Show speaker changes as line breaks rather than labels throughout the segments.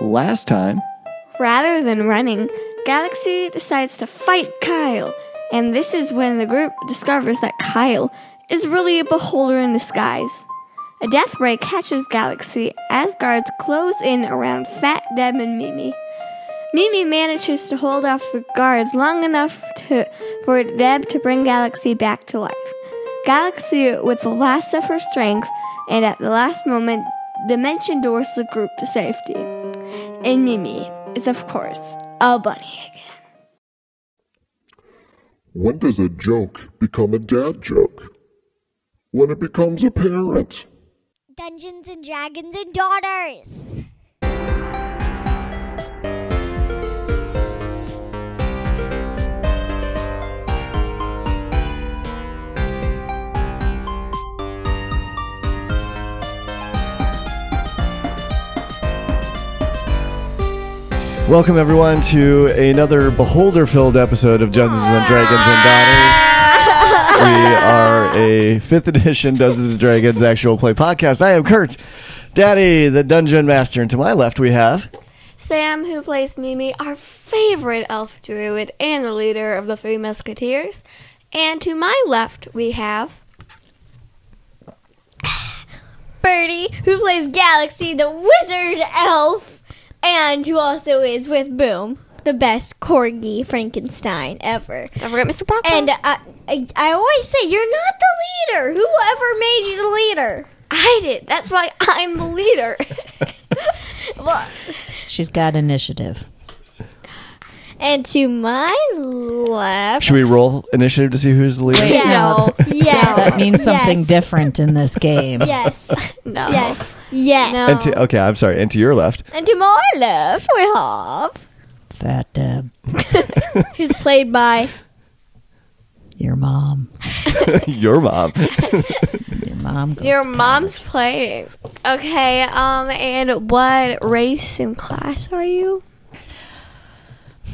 Last time,
Rather than running, Galaxy decides to fight Kyle, and this is when the group discovers that Kyle is really a beholder in disguise. A death ray catches Galaxy as guards close in around Fat Deb and Mimi. Mimi manages to hold off the guards long enough to, for Deb to bring Galaxy back to life. Galaxy, with the last of her strength, and at the last moment, Dimension doors the group to safety. And Mimi is, of course, a bunny again.
When does a joke become a dad joke? When it becomes apparent.
Dungeons and Dragons and Daughters.
Welcome everyone to another beholder-filled episode of Dungeons and Dragons and Daughters. We are a fifth edition Dungeons and Dragons actual play podcast. I am Kurt, Daddy, the Dungeon Master, and to my left we have
Sam, who plays Mimi, our favorite elf druid and the leader of the Three Musketeers. And to my left, we have.
Birdie, who plays Galaxy, the wizard elf, and who also is with Boom, the best corgi Frankenstein ever.
Don't forget Mr. Popcorn.
And I, I, I always say, you're not the leader. Whoever made you the leader?
I did. That's why I'm the leader.
Well,
She's got initiative.
and to my left.
should we roll initiative to see who's the leader?
Wait,
Yes.
no.
Yes.
That means something
Yes.
different in this game.
Yes.
no.
Yes. Yes.
No.
And to, okay, I'm sorry. And to your left,
And to my left, we have.
Fat Deb,
Who's played by.
your mom.
your mom.
Your mom. Goes
Your
to
mom's playing. Okay, um, and what race and class are you?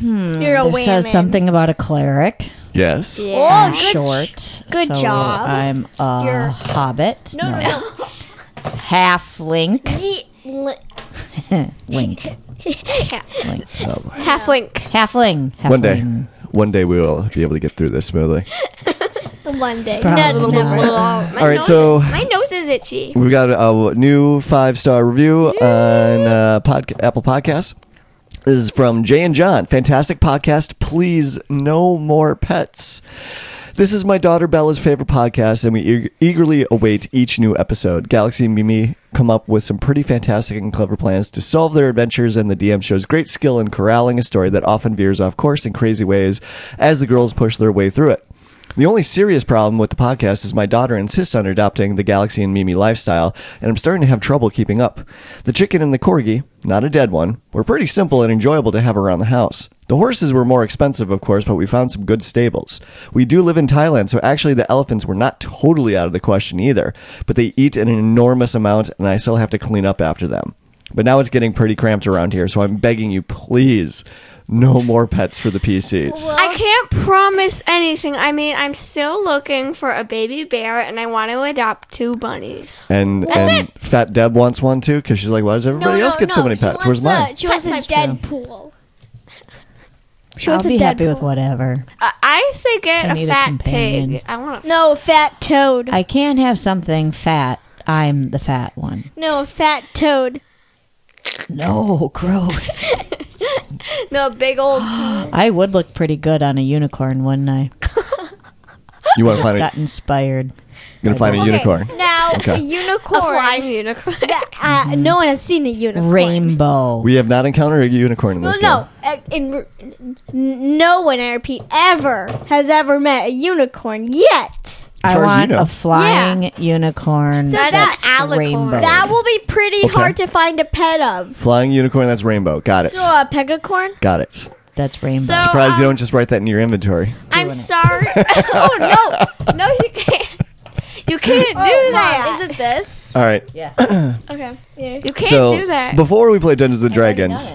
You're a
college. There says
whammon.
something about a cleric.
Yes.
I'm
Oh, good.
short.
good
so
job.
I'm a
You're-
hobbit.
No, no, no.
Half link.
Ye- li-
Link. link.
Half link.
Halfling. Halfling.
One day, one day we will be able to get through this smoothly.
One day.
Probably
No, no,
not.
no.
All
All right, so
My nose is itchy.
We've got a new five star review on uh, podca- Apple Podcasts. This is from Jay and John. Fantastic podcast. Please, no more pets. This is my daughter Bella's favorite podcast, and we eag- eagerly await each new episode. Galaxy and Mimi come up with some pretty fantastic and clever plans to solve their adventures, and the DM shows great skill in corralling a story that often veers off course in crazy ways as the girls push their way through it. The only serious problem with the podcast is my daughter insists on adopting the Galaxy and Mimi lifestyle, and I'm starting to have trouble keeping up. The chicken and the corgi, not a dead one, were pretty simple and enjoyable to have around the house. The horses were more expensive, of course, but we found some good stables. We do live in Thailand, so actually the elephants were not totally out of the question either, but they eat an enormous amount, and I still have to clean up after them. But now it's getting pretty cramped around here, so I'm begging you, please, no more pets for the PCs.
I can't promise anything. I mean, I'm still looking for a baby bear, and I want to adopt two bunnies.
And and Fat Deb wants one too because she's like, why does everybody else get so many
She
pets? Where's
wants
mine?
A, she wants a Deadpool. She
I'll
wants a
be
Deadpool.
happy with whatever.
I- I say
I
get a
need a
fat
companion.
pig. I want a
No, a fat toad.
I can't have something fat. I'm the fat one.
no, a fat toad.
No, gross.
no big old.
I would look pretty good on a unicorn, wouldn't I?
You want to find a,
Got inspired.
gonna find a
Okay.
unicorn?
Now, a
Okay.
A
unicorn.
flying unicorn.
That- uh, no one has seen a unicorn.
Rainbow.
We have not encountered a unicorn in
Well,
this
no, uh, in, n- no one, I repeat, ever has ever met a unicorn yet.
As
I
far as you
want
know.
a flying unicorn
that-
that's
alicorn.
rainbow.
That will be pretty hard to find a pet of.
game. Flying unicorn, that's rainbow. Got it.
So a pegacorn?
Got it.
that's rainbow.
So-
Surprised you
um,
don't just write that in your inventory.
um,
I'm sorry. oh no, no, you can't. You can't do that.
Is it this?
All right.
You can't
so
do that.
before we play Dungeons and Dragons,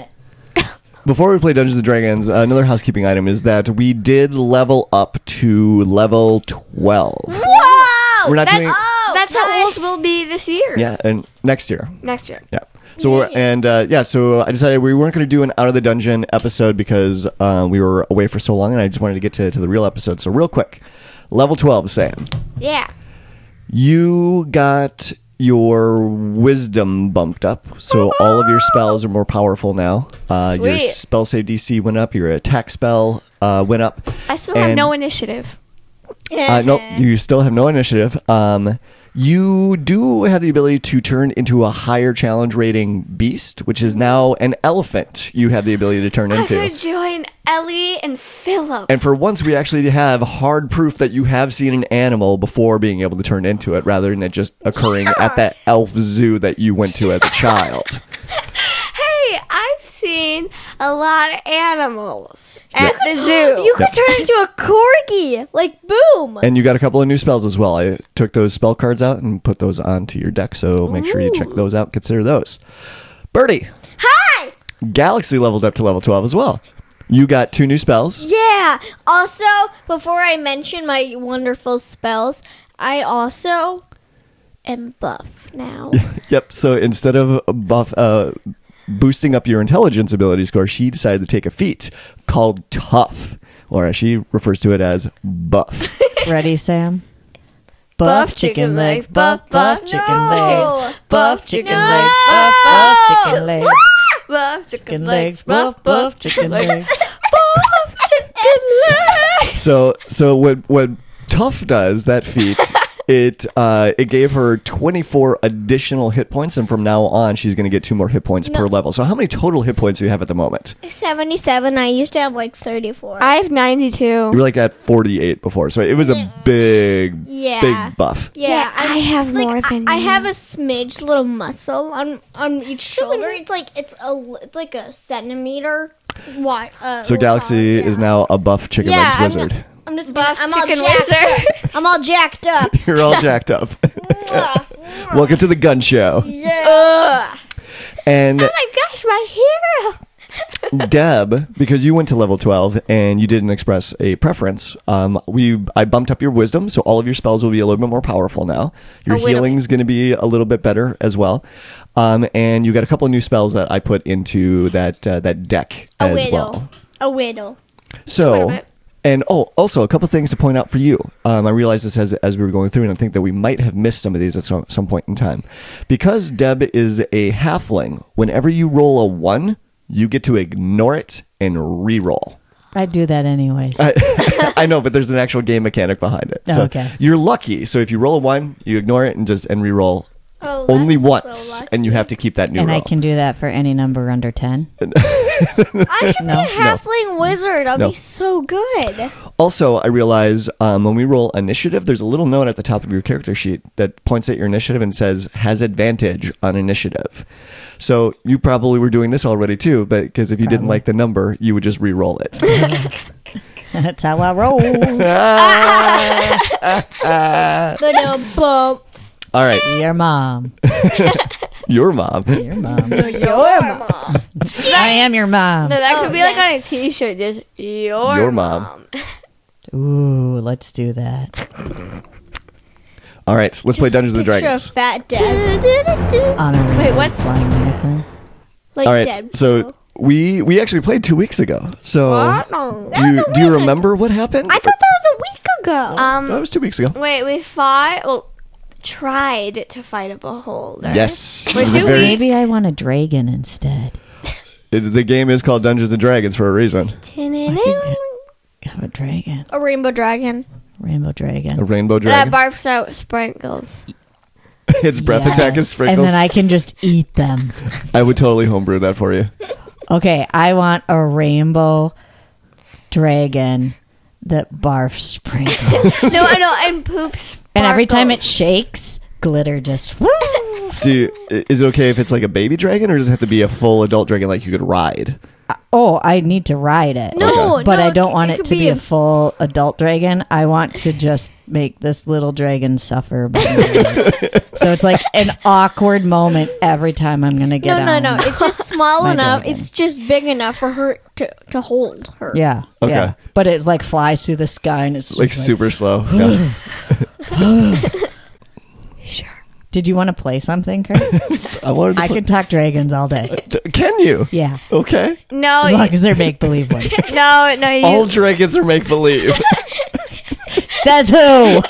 before we play Dungeons and Dragons, another housekeeping item is that we did level up to level twelve.
Whoa! Oh,
We're not doing
That's how old we'll be this year.
yeah, and next year.
Next year.
Yeah. So we're, and uh, yeah, so I decided we weren't going to do an out of the dungeon episode because uh, we were away for so long, and I just wanted to get to, to the real episode. So real quick, level twelve, Sam,
Yeah.
you got your wisdom bumped up, so all of your spells are more powerful now. Uh, your
Sweet.
spell save DC went up, your attack spell uh, went up.
I still have
And-
no initiative.
uh, nope, you still have no initiative. Um, you do have the ability to turn into a higher challenge rating beast, which is now an elephant. You have the ability to turn
I
into.
could join Ellie and Philip.
And for once, we actually have hard proof that you have seen an animal before being able to turn into it, rather than it just occurring at that elf zoo that you went to as a child.
Hey, I've seen a lot of animals at the zoo.
You could turn into a corgi, like boom.
and you got a couple of new spells as well. I took those spell cards out and put those onto your deck, so make sure you check those out. Consider those. Birdie. Hi. Galaxy leveled up to level 12 as well. You got two new spells.
Yeah. Also, before I mention my wonderful spells, I also am buff now.
Yep. So instead of buff uh, boosting up your intelligence ability score, she decided to take a feat called tough, or as she refers to it as buff.
Ready, Sam?
Buff chicken legs, buff, buff chicken legs, buff chicken legs, buff,
buff chicken legs,
Buff chicken legs,
chicken legs.
So so what what Tough does that feat. It uh, it gave her 24 additional hit points, and from now on, she's going to get two more hit points per level. So, how many total hit points do you have at the moment?
77. I used to have like 34.
I have 92.
Oh.
You were like at 48 before, so it was a big,
Yeah.
big buff.
yeah,
I have more than
I, I
you.
have a smidge little muscle on on each shoulder. It's like it's a li- it's like a centimeter wide. Uh,
So, Galaxy is now a buff chicken
Yeah,
legs
I'm
wizard.
I'm just buff I'm
chicken
all jacked up. I'm all jacked up.
You're all jacked up. Welcome to the gun show. And
Oh my gosh, my hero!
Deb, because you went to level 12 and you didn't express a preference, um, we I bumped up your wisdom, so all of your spells will be a little bit more powerful now. Your healing's going to be a little bit better as well. Um, and you got a couple of new spells that I put into that uh, that deck
A
as
widow.
well.
A widow.
So, and oh, also a couple things to point out for you. Um, I realized this as, as we were going through, and I think that we might have missed some of these at some, some point in time. Because Deb is a halfling, whenever you roll a one, you get to ignore it and re roll.
I do that anyways.
I know, but there's an actual game mechanic behind it.
Oh,
so
okay.
you're lucky. So if you roll a one, you ignore it and just and re-roll
Oh,
only
that's so
once,
lucky.
and you have to keep that new
and
roll.
I can do that for any number under 10.
I should be a halfling wizard. I'll
No.
be so good.
Also, I realize um, when we roll initiative, there's a little note at the top of your character sheet that points at your initiative and says has advantage on initiative. So you probably were doing this already too, but because if you didn't like the number, you would just re-roll it.
That's how I roll.
But no bump.
All right,
Your mom.
your mom.
Your mom. Your mom. I am your mom.
That could be
Oh,
like on a t-shirt, just your,
Your mom.
Ooh, let's do that.
All right, let's play Dungeons and
Picture
Dragons.
of Fat Dad.
Honorary
Wait, what's-
flying unicorn.
like
All right,
Deadpool.
so we we actually played two weeks ago. So do you, do you remember what happened?
I thought that was a week ago.
Oh, that was two weeks ago.
Um, Wait, we fought. Well, tried to fight a beholder.
Yes,
We're
It was a
two
very-
Maybe I want a dragon instead.
it- the game is called Dungeons and Dragons for a reason.
Have a dragon.
a rainbow dragon.
Rainbow dragon.
A rainbow
That
dragon.
barfs out sprinkles.
its breath attack is
Yes,
sprinkles.
And then I can just eat them.
I-, would totally homebrew that for you.
Okay, I want a rainbow dragon that barfs sprinkles.
no, I know, and poops.
and every time it shakes, glitter just. woo.
Do you, i- is it okay if it's like a baby dragon, or does it have to be a full adult dragon like you could ride?
Oh, I need to ride it.
No,
but
no,
I don't
it
want
could
it to be
be
a
a-
full adult dragon. I want to just make this little dragon suffer. by so it's like an awkward moment every time I'm going to get
No, no,
on.
um,
no. It's just small
My
enough.
dragon.
It's just big enough for her to, to hold her.
Yeah.
Okay.
Yeah. But it like flies through the sky and it's
Like
just
super slow. Yeah.
Did you want to play something, Kurt?
I wanted to
I
put-
could talk dragons all day.
Can you?
Yeah.
Okay.
No,
As
you-
long as they're make believe ones.
no, no. You,
All dragons are make believe.
Says who?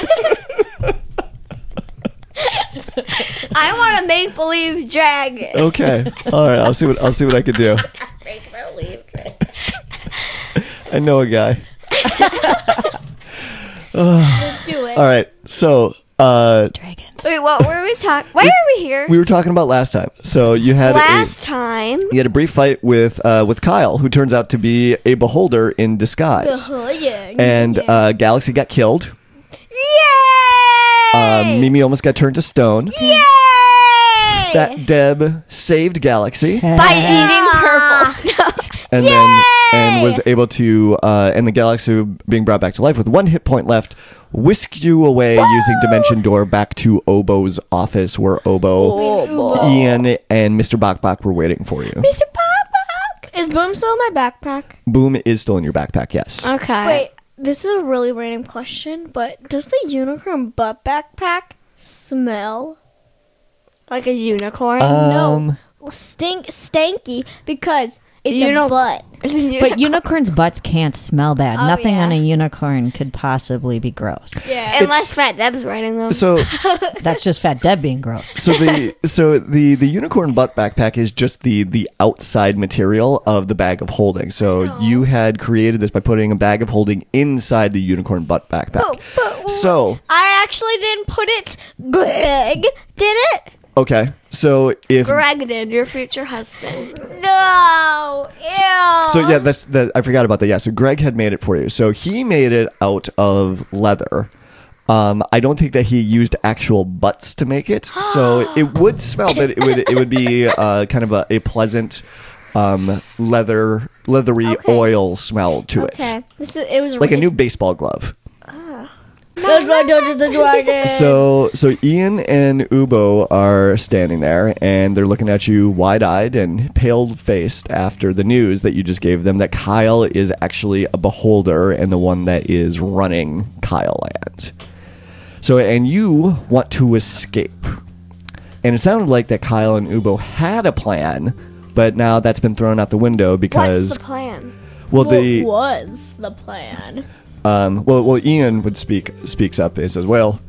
I want a make believe dragon.
okay. All right. I'll see what I'll see what I can do. I know a guy.
Do it.
All right. So uh,
Wait, what were we talking? Why are we here?
we were talking about last time. So you had a,
Last time,
you had a brief fight with uh, with Kyle, who turns out to be a beholder in disguise.
Oh, yeah.
and uh, Galaxy got killed. Yay! Uh, Mimi almost got turned to stone. Yay! That Deb saved Galaxy
by eating purple snow.
and then and was able to uh, and the Galaxy being brought back to life with one hit point left. Whisk you away using Dimension Door back to Obo's office, where Obo, Ian, and Mr. Bok Bok were waiting for you.
Is Boom still in my backpack?
Boom is still in your backpack, yes.
Okay.
Wait, this is a really random question, but does the unicorn butt backpack smell?
like a unicorn.
Um,
Well, stink, stanky, because it's
You
a
know-
butt.
It's a unicorn.
But unicorns' butts can't smell bad. Nothing
yeah.
on a unicorn could possibly be gross.
Unless Fat Deb's writing them.
so
That's just Fat Deb being gross.
So the so the the unicorn butt backpack is just the the outside material of the bag of holding. So you had created this by putting a bag of holding inside the unicorn butt backpack. so
I actually didn't put it. Greg did it.
okay, so if
Greg did, your future husband.
No. Ew.
so yeah, that's that. I forgot about that. Yeah, so Greg had made it for you. So he made it out of leather. Um, I don't think that he used actual butts to make it, so it would smell, but it would it would be uh, kind of a, a pleasant um, leather leathery oil smell to it.
okay. This is, it was
like a new baseball glove.
That's why Dungeons and Dragons.
So so Ian and Ubo are standing there and they're looking at you wide-eyed and pale-faced after the news that you just gave them that Kyle is actually a beholder and the one that is running Kyle Land. So and you want to escape. And it sounded like that Kyle and Ubo had a plan, but now that's been thrown out the window
What's
because
the plan?
well the
what was the plan?
um, well, well, Ian would speak speaks up and says, "Well,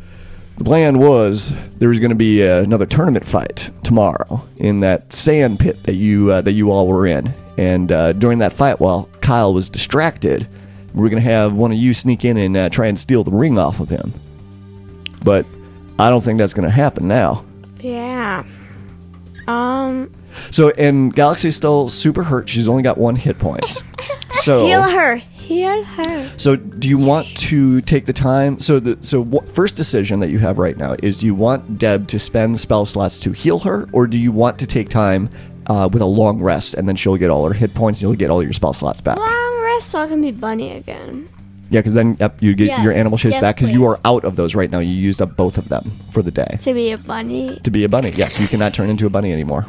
the plan was there was going to be uh, another tournament fight tomorrow in that sand pit that you uh, that you all were in, and uh, during that fight, while Kyle was distracted, we were going to have one of you sneak in and uh, try and steal the ring off of him. But I don't think that's going to happen now.
Yeah. Um,
So, and Galaxy's still super hurt. She's only got one hit point. So
heal her. Heal her.
So, do you want to take the time? So, the so what, first decision that you have right now is: do you want Deb to spend spell slots to heal her, or do you want to take time uh, with a long rest and then she'll get all her hit points and you'll get all your spell slots back?
Long Um, rest so I can be bunny again.
Yeah, because then yep, you get your
Yes.
animal chase
Yes,
back because you
please.
are out of those right now. You used up both of them for the day
To be a bunny.
to be a bunny. Yes, you cannot turn into a bunny anymore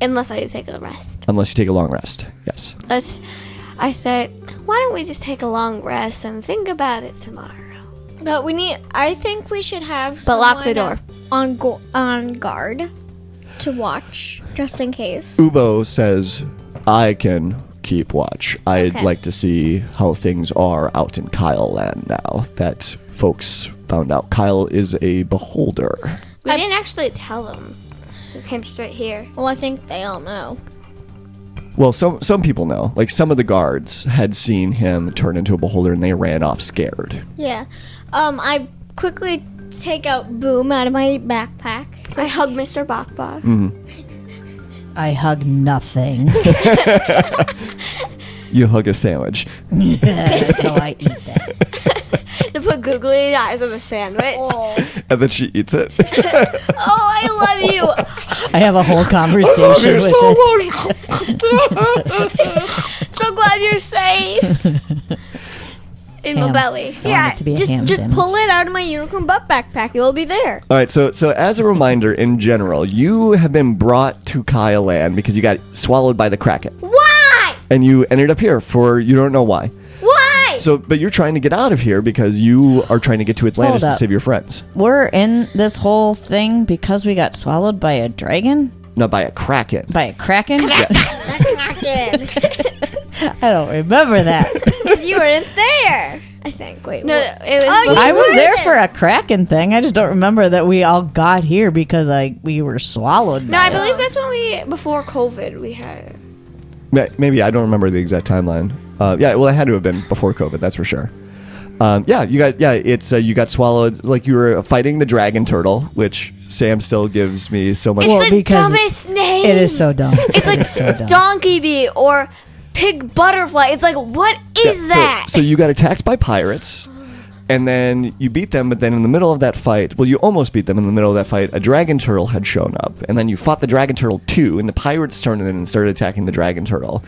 Unless I take a rest.
unless you take a long rest. Yes.
Let's. I said, why don't we just take a long rest and think about it tomorrow?
But we need. I think we should have.
But lock the
someone
door.
On go- on guard to watch just in case.
Ubo says, I can keep watch. I'd like to see how things are out in Kyle land now that folks found out Kyle is a beholder.
We didn't actually tell them. We came straight here.
Well, I think they all know.
Well, some some people know. Like some of the guards had seen him turn into a beholder and they ran off scared.
Yeah. Um, I quickly take out Boom out of my backpack.
So I hugged Mr. Bok Bok.
I hug nothing.
You hug a sandwich.
no, I eat that.
To put googly eyes on the sandwich. Oh,
And then she eats it.
I love you.
I have a whole conversation with it.
so glad you're safe. In
Ham.
my belly.
I want it to be a
just
ham
just
sandwich.
pull it out of my unicorn butt backpack. It will be there.
All right, so so as a reminder in general, you have been brought to Kyle land because you got swallowed by the Kraken.
Why?
And you ended up here for you don't know why.
Why?
So, but you're trying to get out of here because you are trying to get to Atlantis
Hold
to
up.
save your friends,
We're in this whole thing because we got swallowed by a dragon?
not by a kraken.
By a kraken? I don't remember that.
you weren't there. I think. Wait.
No,
what-
it was.
Oh,
I
you
was
were
there for a kraken thing. I just don't remember that we all got here because like we were swallowed.
no,
by
I
it.
believe that's when we before COVID we had.
Ma- Maybe I don't remember the exact timeline. Uh, yeah, well, it had to have been before COVID, that's for sure. Um, yeah, you got yeah, it's uh, you got swallowed like you were fighting the dragon turtle, which Sam still gives me so much.
Well,
the
Oh, because
dumbest name.
it is so dumb.
It's like
so dumb.
donkey bee or pig butterfly. It's like what
Yeah,
is
so-
that?
So, you got attacked by pirates, and then you beat them. But then in the middle of that fight, well, you almost beat them in the middle of that fight. A dragon turtle had shown up, and then you fought the dragon turtle too. And the pirates turned in and started attacking the dragon turtle,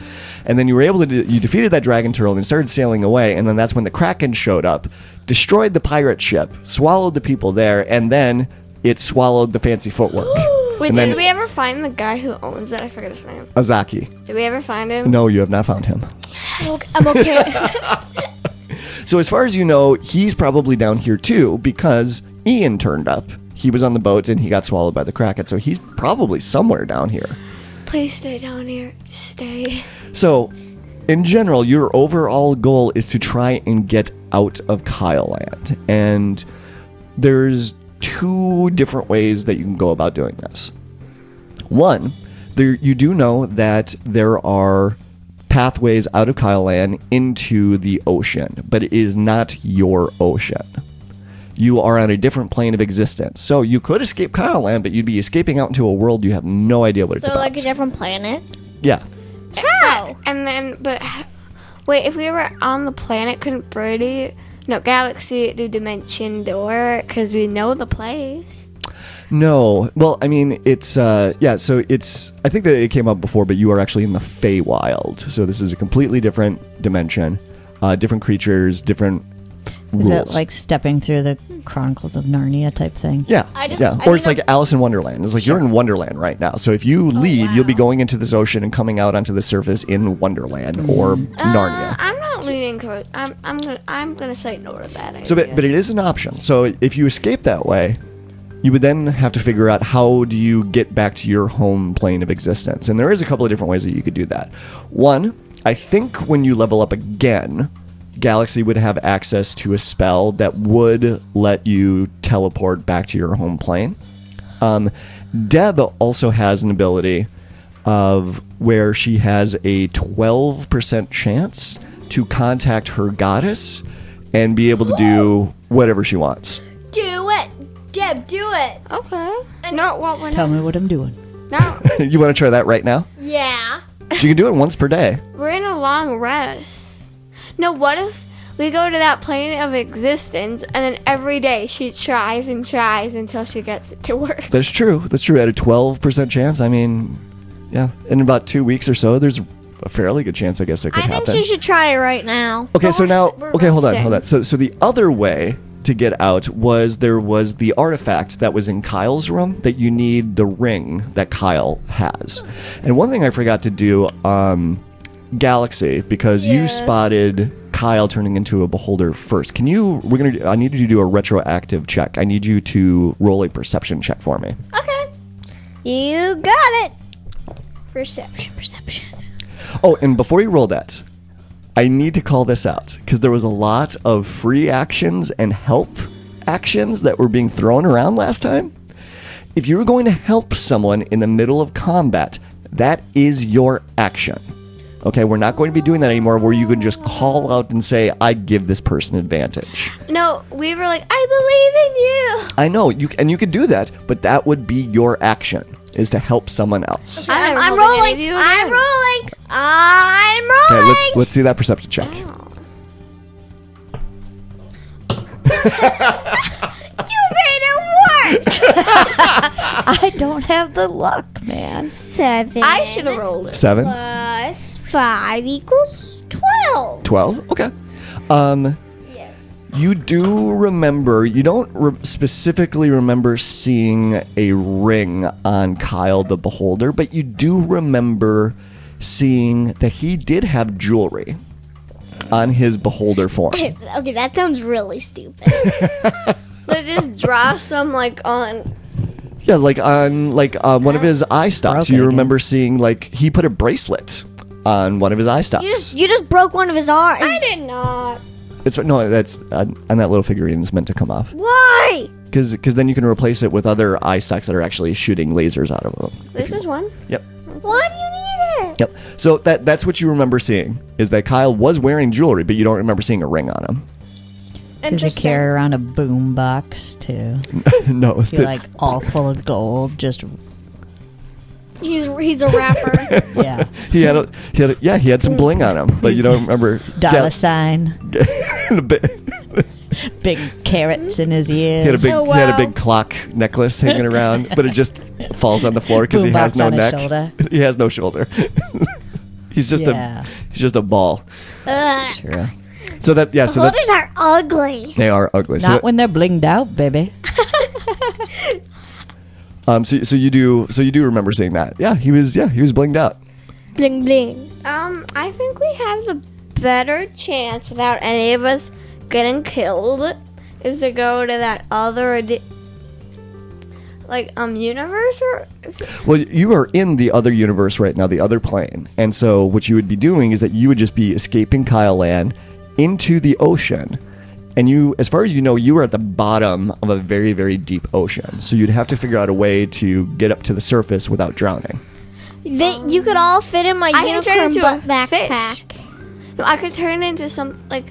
and then you were able to de- you defeated that dragon turtle and started sailing away. And then that's when the kraken showed up, destroyed the pirate ship, swallowed the people there, and then it swallowed the fancy footwork.
Wait,
and
did
then-
we ever find the guy who owns it? I forget his name.
Azaki.
Did we ever find him?
No, you have not found him.
I'm okay.
So as far as you know, he's probably down here too because Ian turned up. He was on the boat and he got swallowed by the kraken, so he's probably somewhere down here.
Please stay down here. Just stay.
So, in general, your overall goal is to try and get out of Kyle Land, and there's two different ways that you can go about doing this. One, there you do know that there are pathways out of Kyle Land into the ocean, but it is not your ocean. You are on a different plane of existence. So you could escape Kyle Land, but you'd be escaping out into a world you have no idea what it's
So
about.
like a different planet. Oh.
yeah.
How? And then, but wait, if we were on the planet, couldn't Brody, no, Galaxy do Dimension Door? Because we know the place.
No. Well, I mean, it's uh yeah, so it's I think that it came up before, but you are actually in the Feywild. So this is a completely different dimension. Uh different creatures, different
Is it
rules.
like stepping through the Chronicles of Narnia type thing?
yeah, yeah. or it's like Alice in Wonderland. It's like you're in Wonderland right now. So if you leave, you'll be going into this ocean and coming out onto the surface in Wonderland or Narnia.
I'm not leaning towards. I'm, I'm gonna, I'm gonna say no to that.
So,
idea.
but, but it is an option. So, if you escape that way, you would then have to figure out how do you get back to your home plane of existence. And there is a couple of different ways that you could do that. One, I think when you level up again, Galaxy would have access to a spell that would let you teleport back to your home plane. Um, Deb also has an ability of where she has a 12% chance to contact her goddess and be able to do whatever she wants.
do it, Deb. Do it.
okay. Not what we're
Tell me what I'm doing.
not.
you want to try that right now?
Yeah.
She can do it once per day.
We're in a long rest. No, what if we go to that plane of existence and then every day she tries and tries until she gets it to work?
That's true. That's true. At a 12% chance, I mean, yeah, in about two weeks or so, there's a fairly good chance, I guess, it could
I think
happen.
she should try it right now.
Okay, so
we're
now,
s- we're
okay, hold on,
resting.
hold on. So, so the other way to get out was there was the artifact that was in Kyle's room that you need the ring that Kyle has, and one thing I forgot to do, um, Galaxy, because you spotted Kyle turning into a beholder first. Can you? We're gonna. I need you to do a retroactive check. I need you to roll a perception check for me.
Okay.
You got it.
Perception. Perception.
Oh, and before you roll that, I need to call this out because there was a lot of free actions and help actions that were being thrown around last time. If you were going to help someone in the middle of combat, that is your action. Okay, we're not going to be doing that anymore where you can just call out and say, I give this person advantage.
No, we were like, I believe in you.
I know, you and you could do that, but that would be your action is to help someone else.
I'm,
I'm
holding any of you
rolling. I'm
again.
rolling. I'm
Okay,
rolling.
let's let's see that perception check.
you made it worse.
I don't have the luck, man.
Seven.
I should have rolled it.
Seven.
plus five equals twelve.
12 okay um yes you do remember you don't re- specifically remember seeing a ring on kyle the beholder but you do remember seeing that he did have jewelry on his beholder form.
Okay, that sounds really stupid.
They just draw some like on.
Yeah, like on like uh, one of his eye stalks.
Broke it
You
again.
remember seeing like he put a bracelet on one of his eye stalks.
You just you just broke one of his arms.
I did not.
It's no, that's uh, on that little figurine is meant to come off
Why?
because then you can replace it with other eye stalks that are actually shooting lasers out of them.
This is one.
Yep.
Why do you need it?
Yep. So that that's what you remember seeing is that Kyle was wearing jewelry, but you don't remember seeing a ring on him.
Does it carry around a boom box too?
no,
Be
that's-
like all full of gold, just
He's he's a rapper.
yeah,
he had a, he had a, yeah he had some bling on him, but you don't remember.
dollar
Yeah,
sign,
a bit-
big carrots in his
He had a
ears,
big he had a
wow.
big clock necklace hanging around, but it just falls on the floor because he
Boombox
has no
on his
neck.
shoulder.
He has no shoulder. he's just
Yeah.
a he's just a ball.
Ugh.
Yeah. So that yeah, so that
Shoulders are ugly.
they are ugly. So,
not
that-
when they're blinged out, baby.
um, so so you do so you do remember seeing that? Yeah, he was yeah he was blinged out.
Bling bling.
Um, I think we have the better chance without any of us getting killed is to go to that other ad- like um universe or
Well, you are in the other universe right now, the other plane, and so what you would be doing is that you would just be escaping Kyle Land into the ocean. And you, as far as you know, you were at the bottom of a very, very deep ocean. So you'd have to figure out a way to get up to the surface without drowning.
They, you could all fit in my
I can turn
unicorn
into a
butt backpack.
fish. No, I could turn into some like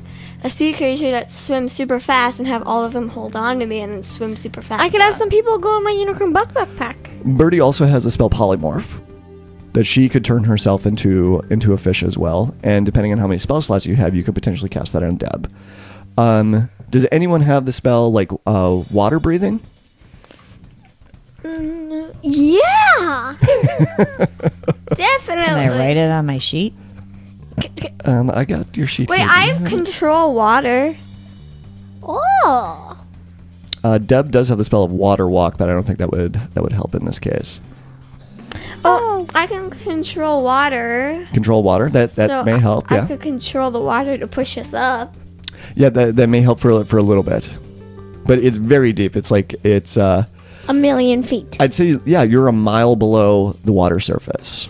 a sea creature that swims super fast and have all of them hold on to me and then swim super fast.
I could have
back.
some people go in my unicorn butt backpack.
Birdie also has a spell polymorph that she could turn herself into into a fish as well. And depending on how many spell slots you have, you could potentially cast that on Deb. Um, does anyone have the spell like uh, water breathing?
Yeah.
Can
Definitely.
I write it on my sheet?
Um, I got your sheet.
Wait,
here.
I have control water.
Oh.
Uh, Deb does have the spell of water walk, but I don't think that would that would help in this case.
Oh, I can control water.
Control water that that
so
may
I-
help.
I
yeah,
could control the water to push us up.
yeah, that, that may help for a- for a little bit, but it's very deep. It's like it's. Uh,
A million feet.
I'd say yeah, you're a mile below the water surface.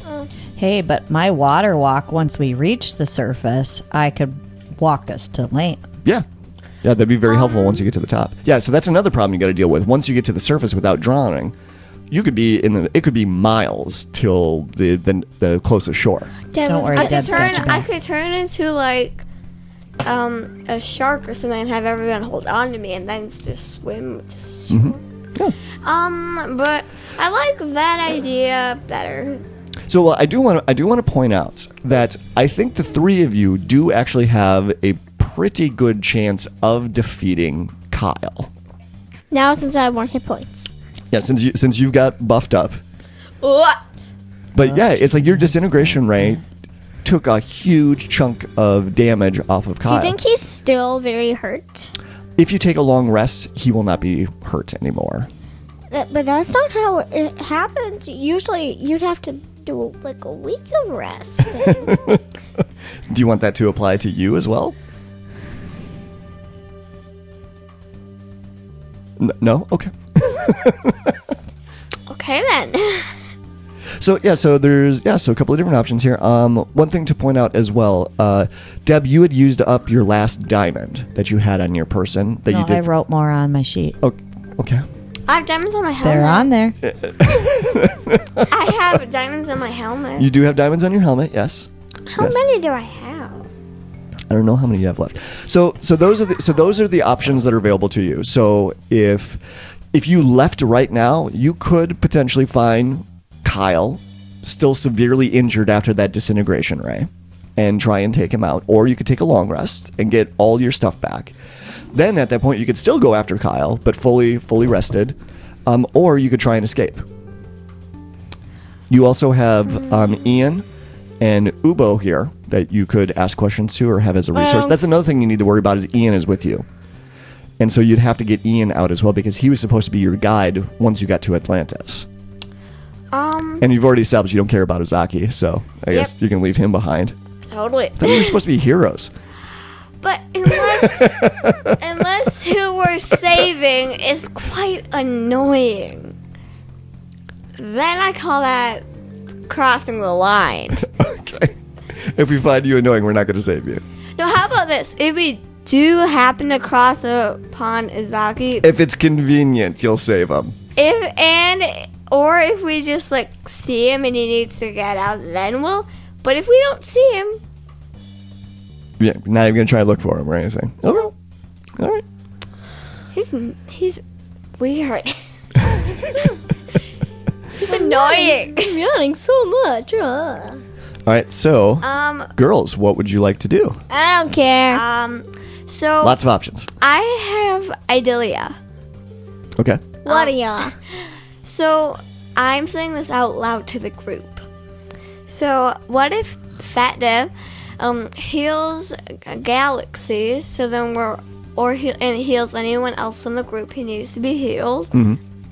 Hey, but my water walk. Once we reach the surface, I could walk us to land.
Yeah. Yeah, that'd be very helpful once you get to the top. Yeah, so that's another problem you got to deal with. Once you get to the surface without drowning, you could be in the. It could be miles till the the, the closest shore.
Don't worry,
I could
Deb's
turn.
got your
I
back.
could turn into like um a shark or something and have everyone hold on to me and then just swim. To shore. Um, but I like that idea better.
So uh, I do want to I do want to point out that I think the three of you do actually have a pretty good chance of defeating Kyle.
Now since I have more hit points.
Yeah, since you since you've got buffed up. But yeah, it's like your disintegration rate took a huge chunk of damage off of
Do
Kyle.
you think he's still very hurt?
if you take a long rest, he will not be hurt anymore.
That, but that's not how it happens. Usually you'd have to do like a week of rest.
Do you want that to apply to you as well? N- No, okay.
Okay then.
So yeah, so there's yeah, so a couple of different options here. Um, one thing to point out as well, uh, Deb, you had used up your last diamond that you had on your person that
No,
you did.
I wrote more on my sheet.
Oh, okay.
I have diamonds on my helmet.
They're on there.
I have diamonds on my helmet.
You do have diamonds on your helmet, yes.
how
Yes.
many do I have?
I don't know how many you have left. So so those are the, so those are the options that are available to you. So if if you left right now, you could potentially find Kyle still severely injured after that disintegration ray and try and take him out or you could take a long rest and get all your stuff back. Then at that point you could still go after Kyle but fully fully rested um, or you could try and escape. You also have um, Ian and Ubo here that you could ask questions to or have as a resource. That's another thing you need to worry about is Ian is with you. And so you'd have to get Ian out as well because he was supposed to be your guide once you got to Atlantis.
Um,
And you've already established you don't care about Ozaki, so I guess you can leave him behind.
totally.
But you're supposed to be heroes.
But unless unless who we're saving is quite annoying, then I call that crossing the line.
okay. If we find you annoying, we're not going to save you.
Now, how about this? If we do happen to cross upon Izaki,
If it's convenient, you'll save them.
if and or if we just like see him and he needs to get out, then we'll. But if we don't see him,
Yeah, not even going to try to look for them or anything. Okay. All right.
he's he's weird. he's annoying.
Running so much. uh.
All right. So,
Um,
girls, what would you like to do?
I don't care.
um. So
Lots of options.
I have Idylia.
Okay.
what are y'all?
So I'm saying this out loud to the group. So what if Fat Dev um, heals galaxies? So then we're or he, and heals anyone else in the group who needs to be healed.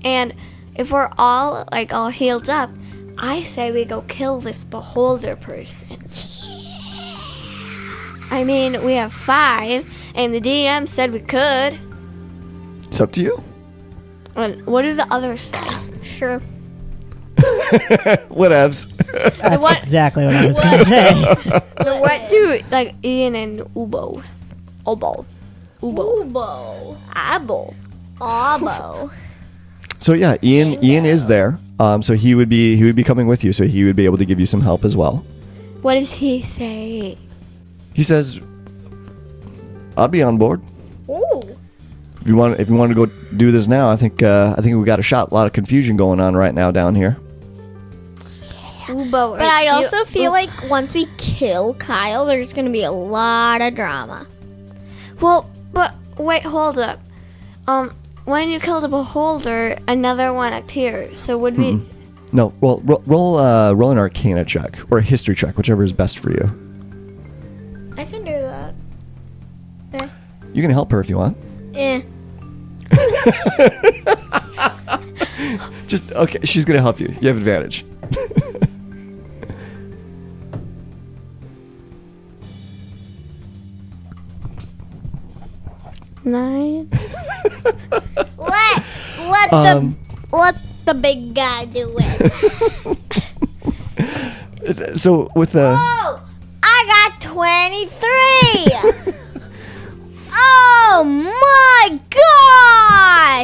And if we're all like all healed up, I say we go kill this beholder person. I mean, we have five, and the DM said we could.
It's up to you.
What, what do the others say?
Sure.
Whatevs.
That's
what-
exactly what I was going to say.
So what do like Ian and Ubo, Obo, Ubo,
Ubo.
Abo?
Abo.
So yeah, Ian Ian is there. Um, so he would be he would be coming with you. So he would be able to give you some help as well.
What does he say?
He says, "I'll be on board
Ooh.
if you want if you want to go do this now. I think uh, I think we got a shot. A lot of confusion going on right now down here.
Ubo.
But I also feel like once we kill Kyle, there's gonna be a lot of drama.
well, but wait, hold up. Um, when you kill the beholder, another one appears. So would we?
No, well, ro- roll uh, roll an Arcana check or a History check, whichever is best for you.
I can do that.
You can help her if you want.
Eh.
Just okay. She's gonna help you. You have advantage.
Hmm. Nine.
Let let
Um,
the let the big guy do it.
so with the
oh, I got twenty three. oh my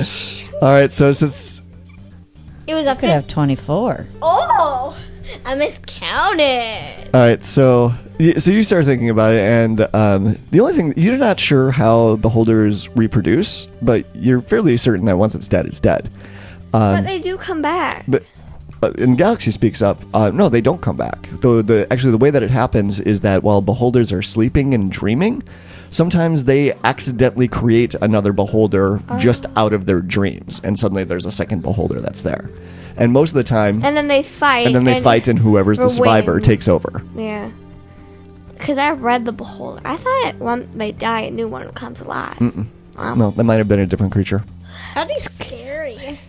gosh!
all right. So since
It was a
Could have 24.
Oh, I miscounted.
All right, so y- so you start thinking about it, and um, the only thing you're not sure how beholders reproduce, but you're fairly certain that once it's dead, it's dead.
But they do come back.
But uh, and Galaxy speaks up. Uh, no, they don't come back. Though the actually the way that it happens is that while beholders are sleeping and dreaming, sometimes they accidentally create another beholder just out of their dreams, and suddenly there's a second beholder that's there. And most of the time,
And then they fight.
and then they fight, and whoever's the
wins.
survivor takes over.
Yeah. Because I read the beholder. I thought when they die, a new one comes alive.
No, that might have been a different creature.
That'd be scary.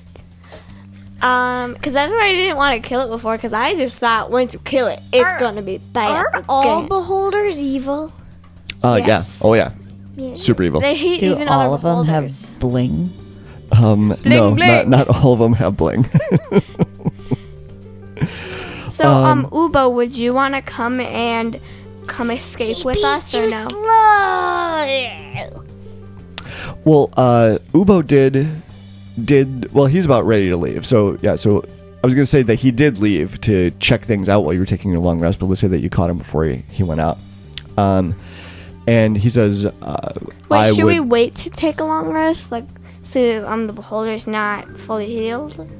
Um, because that's why I didn't want to kill it before. Because I just thought once you kill it, it's
Are-
gonna be bad.
Are all
again.
beholders evil?
Uh,
Yes.
yeah. Oh, yeah. Super evil.
they hate
Do
even
all
other
of them
beholders.
have bling?
Um, no,
bling.
Not, not all of them have bling.
So, um, Ubo, would you want to come and come escape with us or
Too
no?
slow.
well, uh, Ubo did did well. He's about ready to leave. So yeah. So I was gonna say that he did leave to check things out while you were taking your long rest. But let's say that you caught him before he, he went out. Um, and he says, uh,
Wait,
I
should
would,
we wait to take a long rest, like, so um the beholder's not fully healed?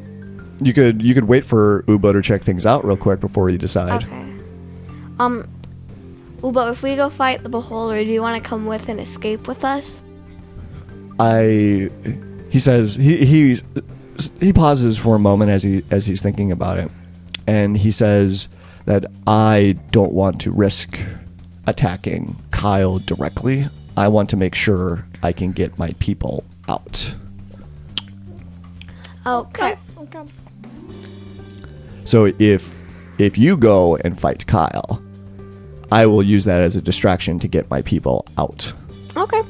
you could you could wait for Ubo to check things out real quick before you decide.
Okay. Um, Ubo, if we go fight the beholder, do you want to come with and escape with us?
I he says he he he pauses for a moment as he as he's thinking about it and he says that I don't want to risk attacking Kyle directly. I want to make sure I can get my people out.
Oh,
Okay.
So if if you go and fight Kyle, I will use that as a distraction to get my people out.
Okay.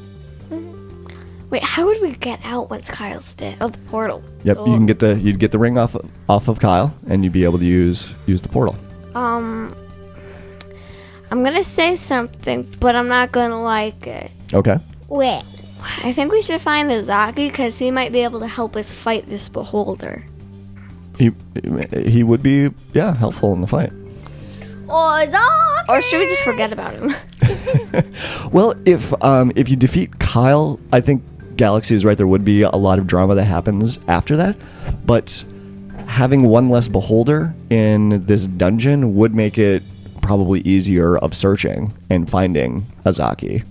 Wait, how would we get out once Kyle's dead? Oh, the portal.
Yep, you can get the you'd get the ring off off of Kyle, and you'd be able to use use the portal.
Um, I'm gonna say something, but I'm not gonna like it.
Okay.
Wait,
I think we should find the Zaki because he might be able to help us fight this beholder.
He he would be yeah helpful in the fight.
Ozark!
Or should we just forget about him?
Well, if um if you defeat Kyle, I think Galaxy is right. There would be a lot of drama that happens after that, but having one less beholder in this dungeon would make it probably easier of searching and finding Azaki.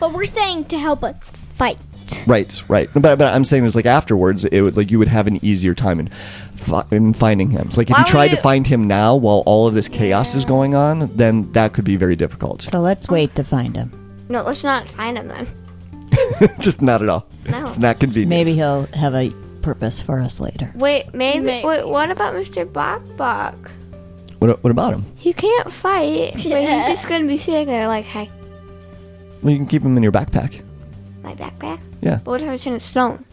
But we're saying to help us fight.
Right, right. But, but I'm saying it's like afterwards, it would like you would have an easier time in, fi- in finding him. It's like if you
would
tried to
you-
find him now while all of this chaos is going on, then that could be very difficult.
So let's wait to find him.
no, let's not find him then.
Just not at all. It's not convenient.
Maybe he'll have a purpose for us later.
Wait, maybe. Wait, what about Mr. Bok Bok?
What, what about him?
He can't fight, but he's just gonna be sitting there like, hey,
Well, you can keep him in your backpack.
my backpack?
Yeah.
But what if I turn it stone?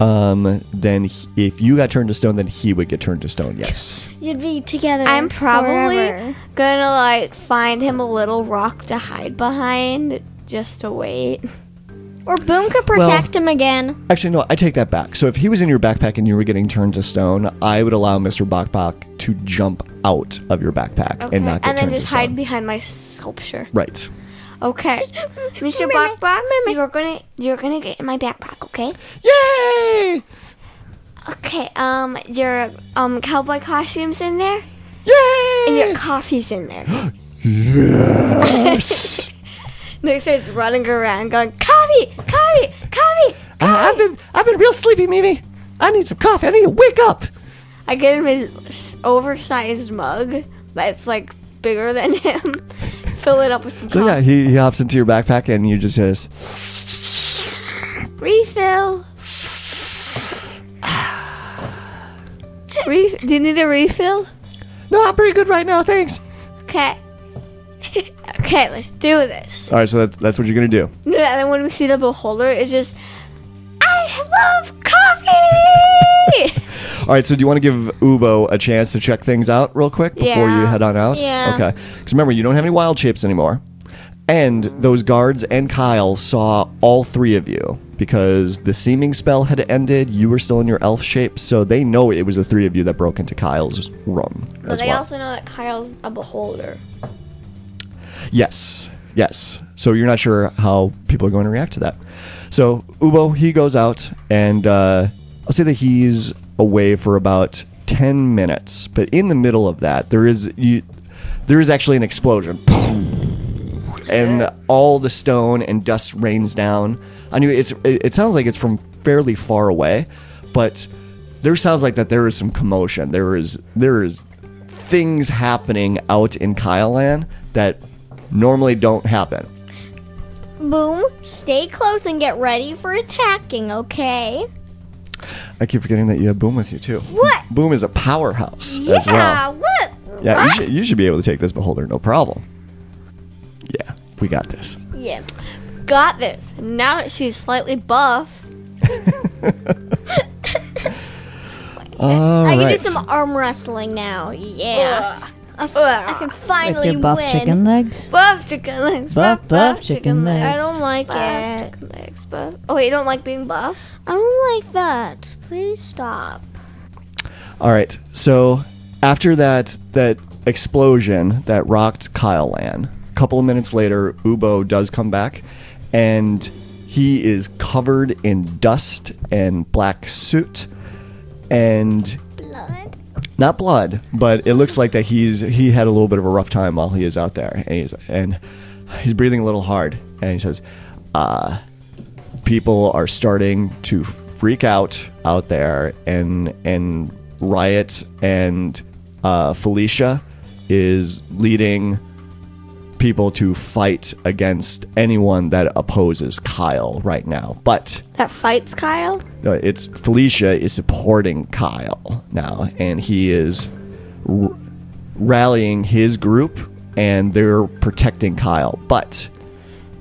Um. Then he- if you got turned to stone, then he would get turned to stone. Yes.
You'd be together.
I'm probably
forever.
gonna like find him a little rock to hide behind just to wait.
Or Boom could
Well-
protect him again.
Actually, no. I take that back. So if he was in your backpack and you were getting turned to stone, I would allow Mister Bakbak to jump out of your backpack and not get
and then
turned
just
to stone.
hide behind my sculpture.
Right.
Okay. Mr. Bok Bok, you're gonna you're gonna get in my backpack, okay?
Yay!
Okay, um your um cowboy costume's in there and
Yay!
your coffee's in there.
Yes!
Next it's running around going, Coffee, coffee, coffee
I, have been I've been real sleepy, Mimi. I need some coffee. I need to wake up.
I get him his oversized mug that's like bigger than him. Fill it up with some
So yeah,
coffee.
he, he hops into your backpack and you just hear this.
Refill. Re- Do you need a refill?
No, I'm pretty good right now, thanks.
Okay. okay, let's do this.
All right, so that, that's what you're gonna do.
No, And then when we see the beholder, it's just, I love coffee!
All right, so do you want to give Ubo a chance to check things out real quick before you
Yeah.
head on out?
Yeah.
Okay. Because remember, you don't have any wild shapes anymore, and those guards and Kyle saw all three of you because the seeming spell had ended. You were still in your elf shape, so they know it was the three of you that broke into Kyle's room
but
as
they
well.
also know that Kyle's a beholder.
Yes. Yes. So you're not sure how people are going to react to that. So Ubo, he goes out, and uh, I'll say that he's away for about ten minutes. But in the middle of that, there is you, there is actually an explosion, and all the stone and dust rains down on you. It's it, it sounds like it's from fairly far away, but there sounds like that there is some commotion. There is there is things happening out in Kylan that normally don't happen.
Boom, stay close and get ready for attacking, okay?
I keep forgetting that you have Boom with you too. What? Boom is a powerhouse as well.
what?
Yeah, you should, you should be able to take this beholder, no problem. Yeah, we got this.
Yeah.
Got this. Now that she's slightly buff,
All
I can
right.
do some arm wrestling now. Yeah. I f- I can
With
finally
your buff
win.
chicken legs?
buff chicken legs,
Buff, buff chicken
I
legs.
don't like
buff
it.
chicken legs, buff. Oh, wait, you don't like being buff?
I don't like that. Please stop.
All right. So after that that explosion that rocked Kyle Lan, a couple of minutes later, Ubo does come back, and he is covered in dust and black soot, and
Blood.
not blood, but it looks like that he's he had a little bit of a rough time while he is out there, and he's and he's breathing a little hard, and he says, uh, "People are starting to freak out out there, and and riots, and uh, Felicia is leading." People to fight against anyone that opposes Kyle right now, but
That fights Kyle?
no, it's Felicia is supporting Kyle now, and he is r- rallying his group, and they're protecting Kyle. But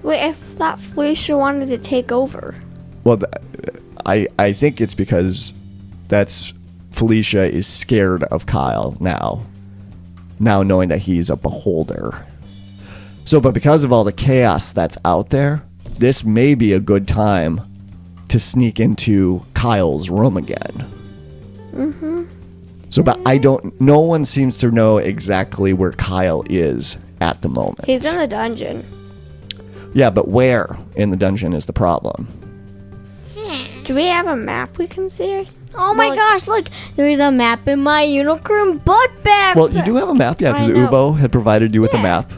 Wait, I thought Felicia wanted to take over.
Well, th- I I think it's because that's Felicia is scared of Kyle now. Now knowing that he's a beholder. So, but because of all the chaos that's out there, this may be a good time to sneak into Kyle's room again. Mm-hmm. So, but I don't. No one seems to know exactly where Kyle is at the moment.
He's in the dungeon.
yeah, but where in the dungeon is the problem?
Do we have a map we can see? Or something?
Oh my gosh, look, there's a map in my unicorn butt bag.
Well, you do have a map, yeah, because Ubo had provided you with a map.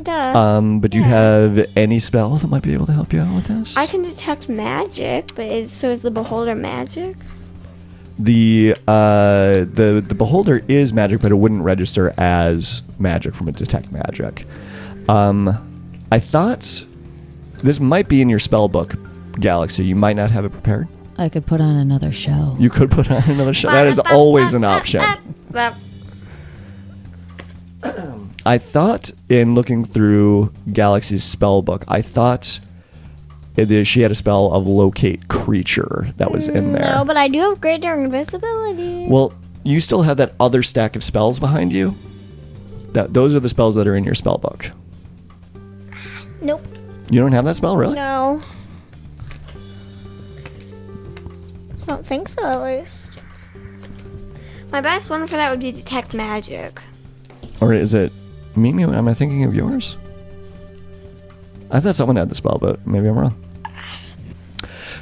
Duh.
Um, but do you have any spells that might be able to help you out with this?
I can detect magic, but it, so is the beholder magic?
the uh, the the beholder is magic, but it wouldn't register as magic from a detect magic. Um, I thought this might be in your spell book, Galaxy. You might not have it prepared.
I could put on another show.
You could put on another shot. That is always an option.
That
I thought in looking through Galaxy's spell book, I thought it is- she had a spell of locate creature that was in there.
No, Oh, but I do have greater invisibility.
Well, you still have that other stack of spells behind you. That those are the spells that are in your spell book.
Nope.
You don't have that spell, really?
No. I don't think so, at least.
my best one for that would be detect magic.
Or is it Mimi? Am I thinking of yours? I thought someone had the spell, but maybe I'm wrong.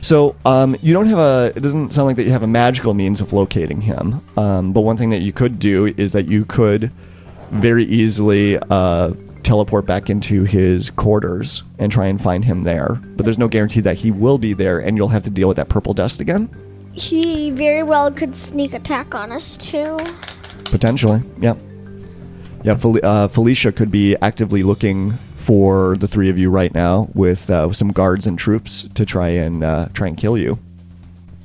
So um, you don't have a. It doesn't sound like that you have a magical means of locating him. Um, but one thing that you could do is that you could very easily uh, teleport back into his quarters and try and find him there. But there's no guarantee that he will be there, and you'll have to deal with that purple dust again.
He very well could sneak attack on us, too.
Potentially, yeah. Yeah, Fel- uh, Felicia could be actively looking for the three of you right now with uh, some guards and troops to try and uh, try and kill you.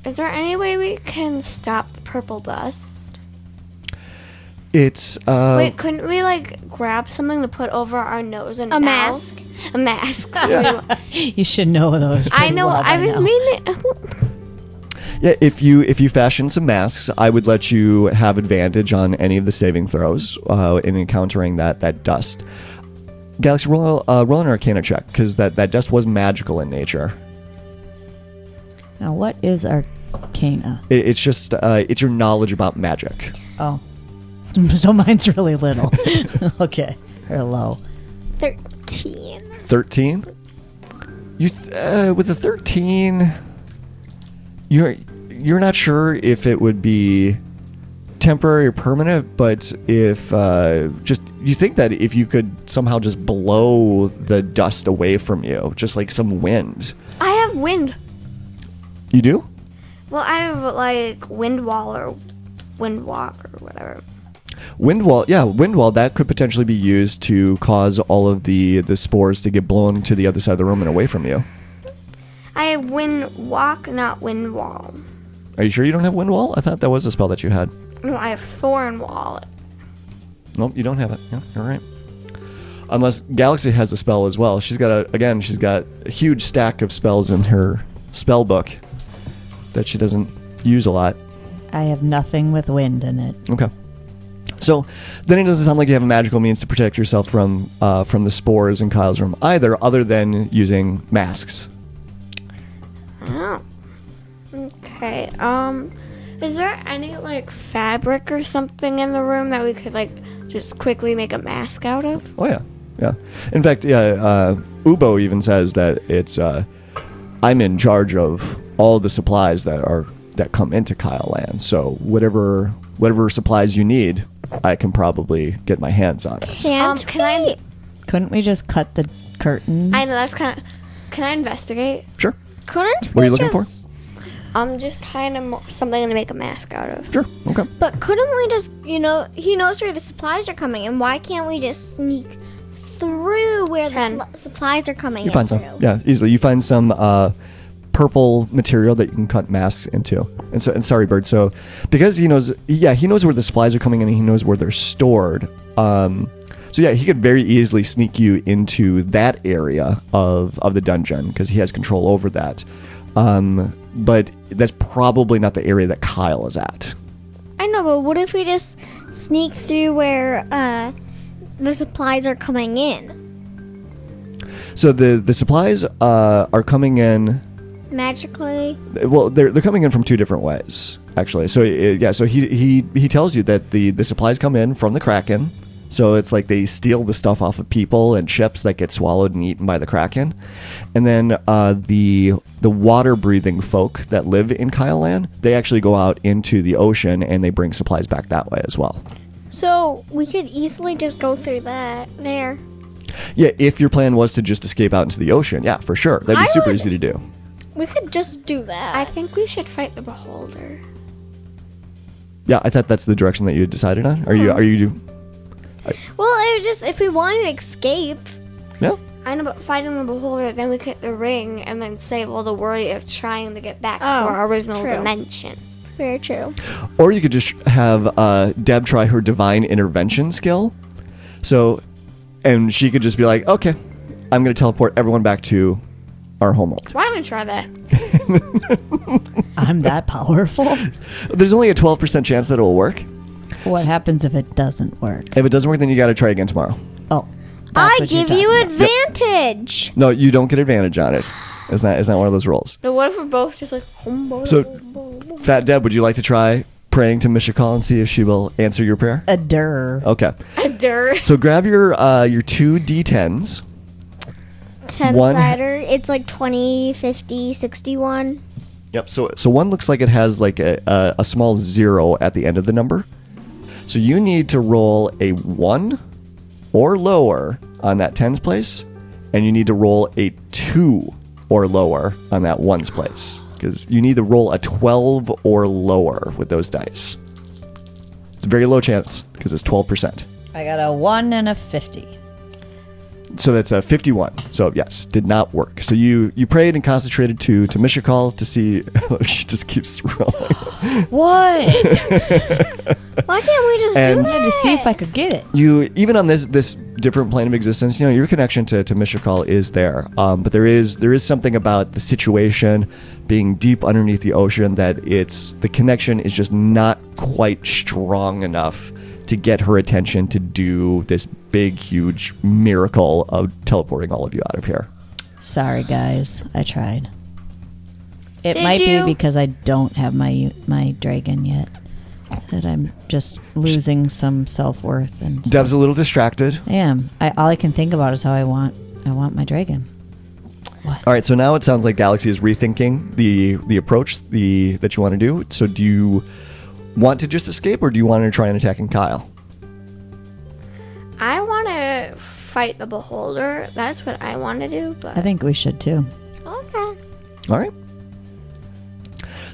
Is there any way we can stop purple dust?
It's
Oh.
uh,
Wait, couldn't we like grab something to put over our nose and
A
out?
mask.
A mask.
You should know those.
I know.
pretty well
I
by
was
now.
meaning.
yeah. If you if you fashion some masks, I would let you have advantage on any of the saving throws uh, in encountering that that dust. Galaxy, roll, uh, roll an Arcana check because that that dust was magical in nature.
Now, what is Arcana?
It, it's just uh, it's your knowledge about magic.
Oh, so mine's really little. okay, or low.
13.
13 you th- uh, with a 13 you're you're not sure if it would be temporary or permanent but if uh, just you think that if you could somehow just blow the dust away from you just like some wind
I have wind.
you do
Well, I have like wind wall or wind walk or whatever.
windwall yeah windwall that could potentially be used to cause all of the the spores to get blown to the other side of the room and away from you
I have wind walk, not wind wall.
are you sure you don't have windwall i thought that was a spell that you had
No, I have thorn wall.
Nope, you don't have it. Yeah, you're right. Unless Galaxy has the spell as well. She's got a again. She's got a huge stack of spells in her spell book that she doesn't use a lot.
I have nothing with wind in it.
Okay. So then it doesn't sound like you have a magical means to protect yourself from uh, from the spores in Kyle's room either, other than using masks.
Okay. Um, is there any like fabric or something in the room that we could like just quickly make a mask out of?
Oh yeah, yeah. In fact, yeah. Uh, Ubo even says that it's uh, I'm in charge of all the supplies that are that come into Kyle Land. So whatever whatever supplies you need, I can probably get my hands on it.
Um, can I?
Couldn't we just cut the curtains?
I know that's kind of. Can I investigate?
Sure.
Couldn't
What are
we
you looking for?
just,
Um, just kind of mo- something to make a mask out of.
Sure. Okay.
But couldn't we just, you know, he knows where the supplies are coming and why can't we just sneak through where
Ten.
the supl- supplies are coming
You find some.
in through?
Yeah, easily. You find some uh, purple material that you can cut masks into. And so, and sorry, Bird. So, because he knows, yeah, he knows where the supplies are coming in, and he knows where they're stored. Um, So yeah, he could very easily sneak you into that area of of the dungeon because he has control over that. Um, but that's probably not the area that Kyle is at.
I know, but what if we just sneak through where uh, the supplies are coming in?
So the the supplies uh, are coming in.
Magically?
Well, they're they're coming in from two different ways actually. So uh, yeah, so he he he tells you that the the supplies come in from the kraken. So it's like they steal the stuff off of people and ships that get swallowed and eaten by the kraken, and then uh, the the water breathing folk that live in Kylan they actually go out into the ocean and they bring supplies back that way as well.
So we could easily just go through that there.
Yeah, if your plan was to just escape out into the ocean, yeah, for sure, that'd be
I
super
would-
easy to do.
We could just do that.
I think we should fight the beholder.
Yeah, I thought that's the direction that you decided on. Are you?
Hmm.
Are you?
well, it was just if we wanted to escape.
Yeah.
I know, but fighting the beholder, then we get the ring, and then save all the worry of trying to get back to
Oh,
our original
true.
dimension.
Very true.
Or you could just have uh, Deb try her divine intervention skill. So, and she could just be like, okay, I'm going to teleport everyone back to our homeworld.
Why don't we try that?
I'm that powerful.
There's only a 12% chance that it will work.
What happens if it doesn't work?
If it doesn't work, then you got to try again tomorrow.
Oh,
I
that's what you're
give you
talking
advantage.
No, you don't get advantage on it. It's not, it's not one of those rolls.
But what if we're both just like, humble?
So, Fat Deb, would you like to try praying to Mishakal and see if she will answer your prayer?
about. a dir.
Okay.
Durr.
So grab your uh, your two d10s.
Ten
One-
sider. It's like 20, 50, 61.
Yep. So so one looks like it has like a, a, a small zero at the end of the number. So you need to roll a one or lower on that tens place, and you need to roll a two or lower on that ones place because you need to roll a twelve or lower with those dice. It's a very low chance because it's twelve percent.
I got a one and a fifty.
So that's a 51. So yes, did not work. So you you prayed and concentrated to to Mishakal to see. she just keeps rolling.
What?
Why can't we just
And-
do
to
that?
see if I could get it.
you even on this this different plane of existence you know your connection to, to Mishakal is there um, but there is there is something about the situation being deep underneath the ocean that it's the connection is just not quite strong enough to get her attention to do this big huge miracle of teleporting all of you out of here
Sorry, guys. I tried. It
Did
might
you?
be because I don't have my my dragon yet. That I'm just losing some self worth, and
Deb's a little distracted
I am. I, all I can think about is how I want I want my dragon.
all right so now it sounds like Galaxy is rethinking the the approach the that you want to do so do you want to just escape or do you want to try and attacking Kyle
I want to fight the beholder. That's what I want to do, but.
I think we should too.
Okay.
All right.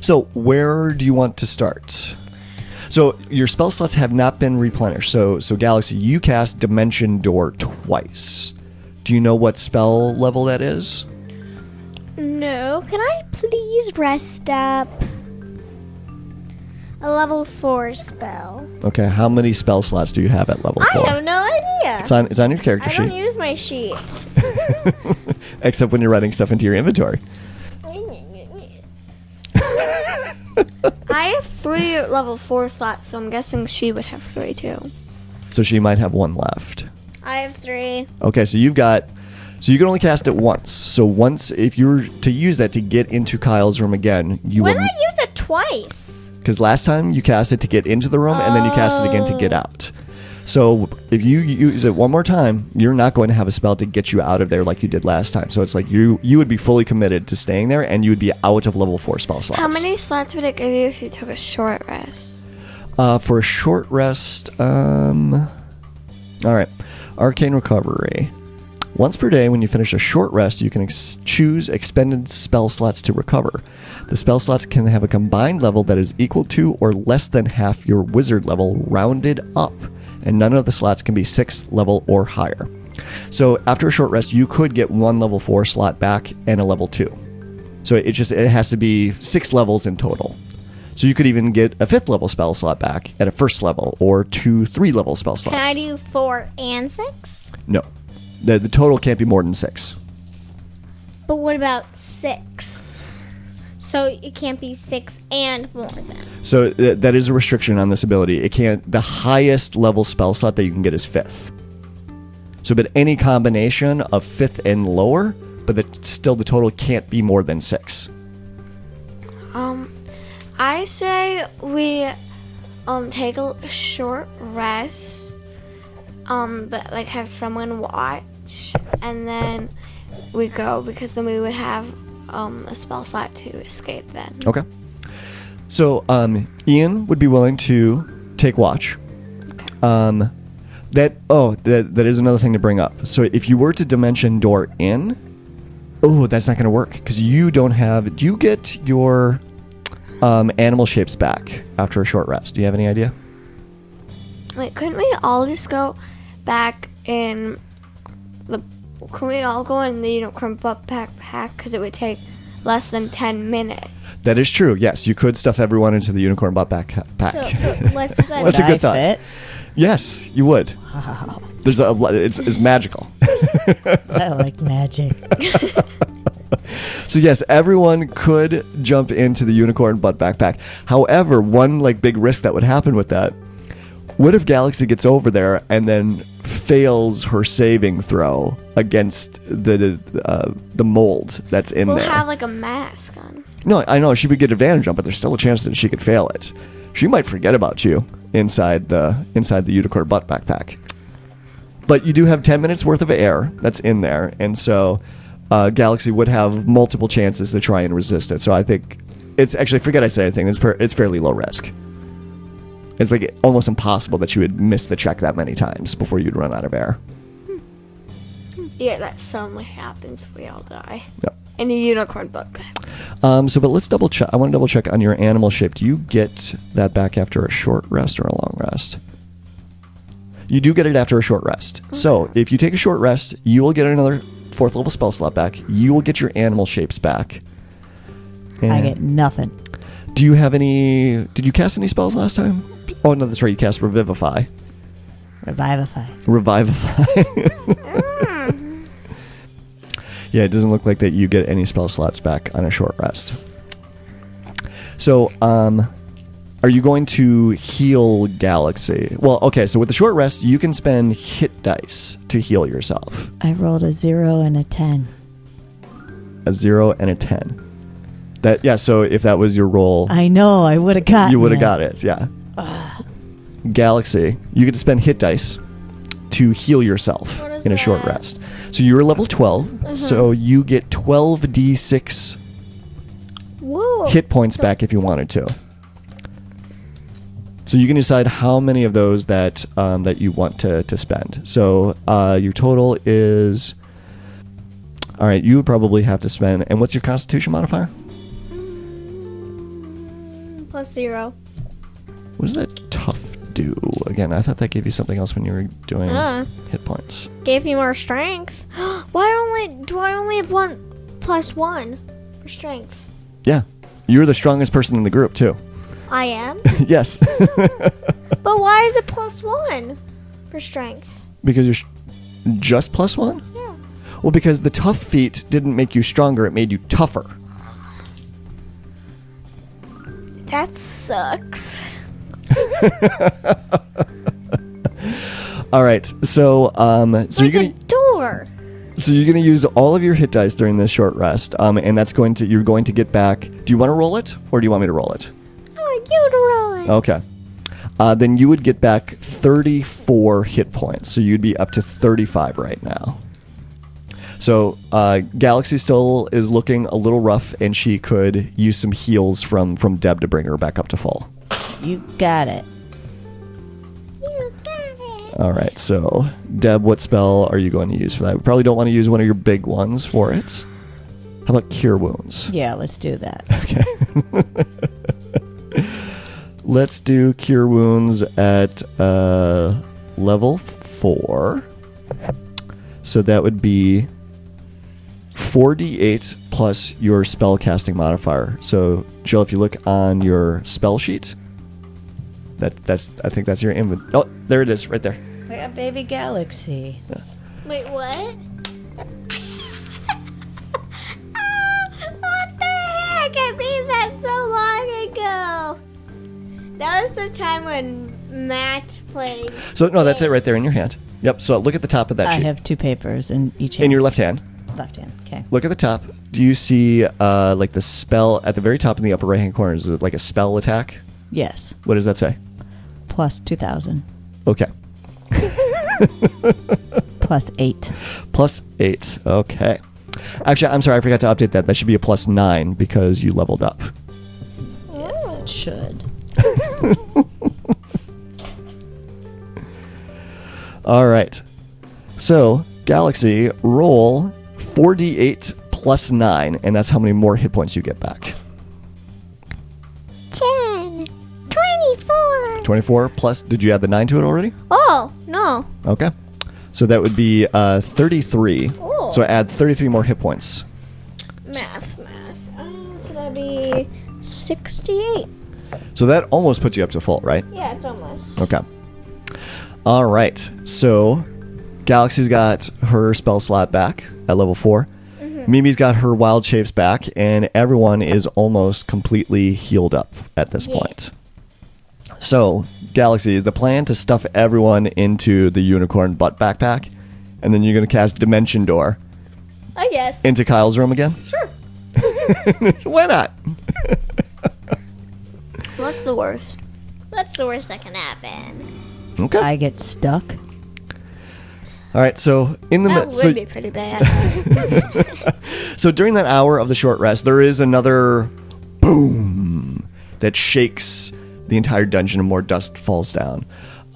So, where do you want to start? So, your spell slots have not been replenished. So, so Galaxy, you cast Dimension Door twice. Do you know what spell level that is?
No, can I please rest up? A level 4 spell.
Okay, how many spell slots do you have at level four?
I have no idea.
It's on it's on your character
I don't e-
sheet,
use my sheet.
except when you're writing stuff into your inventory.
I have three level four slots, so I'm guessing she would have three too.
So she might have one left.
I have 3.
Okay, so you've got so you can only cast it once. So once if you were to use that to get into Kyle's room again, you
Why
will
not use it twice?
Because last time you cast it to get into the room, and then you cast it again to get out. So if you use it one more time, you're not going to have a spell to get you out of there like you did last time. So it's like you you would be fully committed to staying there, and you would be out of level four spell slots.
How many slots would it give you if you took a short rest?
Uh, for a short rest, um, all right, arcane recovery. Once per day, when you finish a short rest, you can ex- choose expended spell slots to recover. The spell slots can have a combined level that is equal to or less than half your wizard level, rounded up, and none of the slots can be sixth level or higher. So after a short rest, you could get one level four slot back and a level two. So it just it has to be six levels in total. So you could even get a fifth level spell slot back at a first level or two three level spell slots.
Can I do four and six?
no. The, the total can't be more than six.
But what about six? So it can't be six and more than.
So th- that is a restriction on this ability. It can't. The highest level spell slot that you can get is fifth. So, but any combination of fifth and lower, but the, still the total can't be more than six.
I say we um take a short rest, um, but like have someone watch, and then we go because then we would have um a spell slot to escape. Then
Okay. So, um, Ian would be willing to take watch. Um, that oh, that that is another thing to bring up. So, if you were to dimension door in, oh, that's not going to work because you don't have. Do you get your um, animal shapes back after a short rest? Do you have any idea?
wait, couldn't we all just go back in the? Can we all go in the you know crump up backpack because it would take less than ten minutes.
That is true. Yes, you could stuff everyone into the unicorn butt back pack.
Let's uh,
That's a
I
good thought.
fit?
Yes, you would. Wow. There's a lo- it's, it's magical.
I like magic.
So yes, everyone could jump into the unicorn butt backpack. However, one like big risk that would happen with that. What if Galaxy gets over there and then fails her saving throw against the uh, the mold that's in
We'll
there?
have like a mask on.
No, I know she would get advantage on, but there's still a chance that she could fail it. She might forget about you inside the inside the unicorn butt backpack. But you do have ten minutes worth of air that's in there, and so uh, Galaxy would have multiple chances to try and resist it. So I think it's actually forget I said anything. It's per, it's fairly low risk. It's like almost impossible that you would miss the check that many times before you'd run out of air.
Yeah, that suddenly happens if we all die.
Yep.
In a unicorn backpack.
Um, so, but let's double check. I want to double check on your animal shape. Do you get that back after a short rest or a long rest? You do get it after a short rest. So, if you take a short rest, you will get another fourth level spell slot back. You will get your animal shapes back.
I
And
get nothing.
Do you have any? Did you cast any spells last time? Oh no, that's right. You cast revivify.
Revivify.
Revivify. yeah, it doesn't look like that you get any spell slots back on a short rest. So, um, are you going to heal Galaxy? Well, okay, so with the short rest, you can spend hit dice to heal yourself
I rolled a zero and a ten.
a zero and a 10. That, yeah, so if that was your roll,
I know. I would have got.
you would have got it, yeah. Galaxy, you get to spend hit dice to heal yourself
What is
in a short
that? Mm-hmm.
rest. So you're level 12, so you get 12d6
whoa.
hit points back if you wanted to. So you can decide how many of those that um, that you want to, to spend. So uh, your total is. All right, you would probably have to spend. And what's your Constitution modifier?
Plus zero.
What does that tough do? Again, I thought that gave you something else when you were doing
Uh.
hit points.
Gave me more strength. Why only do I only have one plus one for strength?
Yeah. You're the strongest person in the group, too.
I am.
yes.
but why is it plus one for strength?
because you're sh- just plus one?
Yeah.
Well, because the tough feat didn't make you stronger, it made you tougher.
That sucks.
All right. So, um, so
like
you're
a
gonna
door.
so you're gonna use all of your hit dice during this short rest, um, and that's going to you're going to get back. Do you want to roll it, or do you want me to roll it?
Oh, you roll it.
Okay. Uh, then you would get back 34 hit points. So you'd be up to 35 right now. So uh, Galaxy still is looking a little rough, and she could use some heals from from Deb to bring her back up to full.
You got it.
You got it.
All right. So Deb, what spell are you going to use for that? We probably don't want to use one of your big ones for it. How about Cure Wounds?
Yeah, let's do that.
Let's do Cure Wounds at uh, level four. So that would be 4d8 plus plus your spell casting modifier. So, Jill, if you look on your spell sheet, that that's I think that's your inventory. Oh, there it is, right there.
Like a baby galaxy.
Wait, what?
What the heck? I made that so long ago. That was the time when Matt played.
So, no, that's it right there in your hand. Yep. So, look at the top of that
I
sheet
have two papers in each hand.
in your left hand.
left hand. Okay.
Look at the top. Do you see uh, like the spell at the very top in the upper right hand corner? Is it like a spell attack?
Yes.
What does that say?
Plus 2,000.
Okay.
Plus 8.
Plus eight. Okay. Actually, I'm sorry, I forgot to update that. That should be a plus nine because you leveled up.
Yes, it should.
All right. So, Galaxy, roll 4d8 plus 9, and that's how many more hit points you get back.
10, 24.
24 plus, did you add the 9 to it already?
Oh, no.
Okay. So that would be uh, 33. So add 33 more hit points.
Math, math. Um, so that'd be 68.
So that almost puts you up to full, right?
Yeah, it's almost.
Okay. All right. So Galaxy's got her spell slot back at level 4
Mm-hmm.
Mimi's got her wild shapes back, and everyone is almost completely healed up at this point. So, Galaxy, the plan to stuff everyone into the unicorn butt backpack, and then you're going to cast Dimension Door
I guess.
into Kyle's room again? Sure. Why not?
What's the worst?
That's the worst that can happen.
Okay.
I get stuck.
All right. So in the mi-
That would
so,
be pretty bad.
So during that hour of the short rest, there is another boom that shakes the entire dungeon and more dust falls down.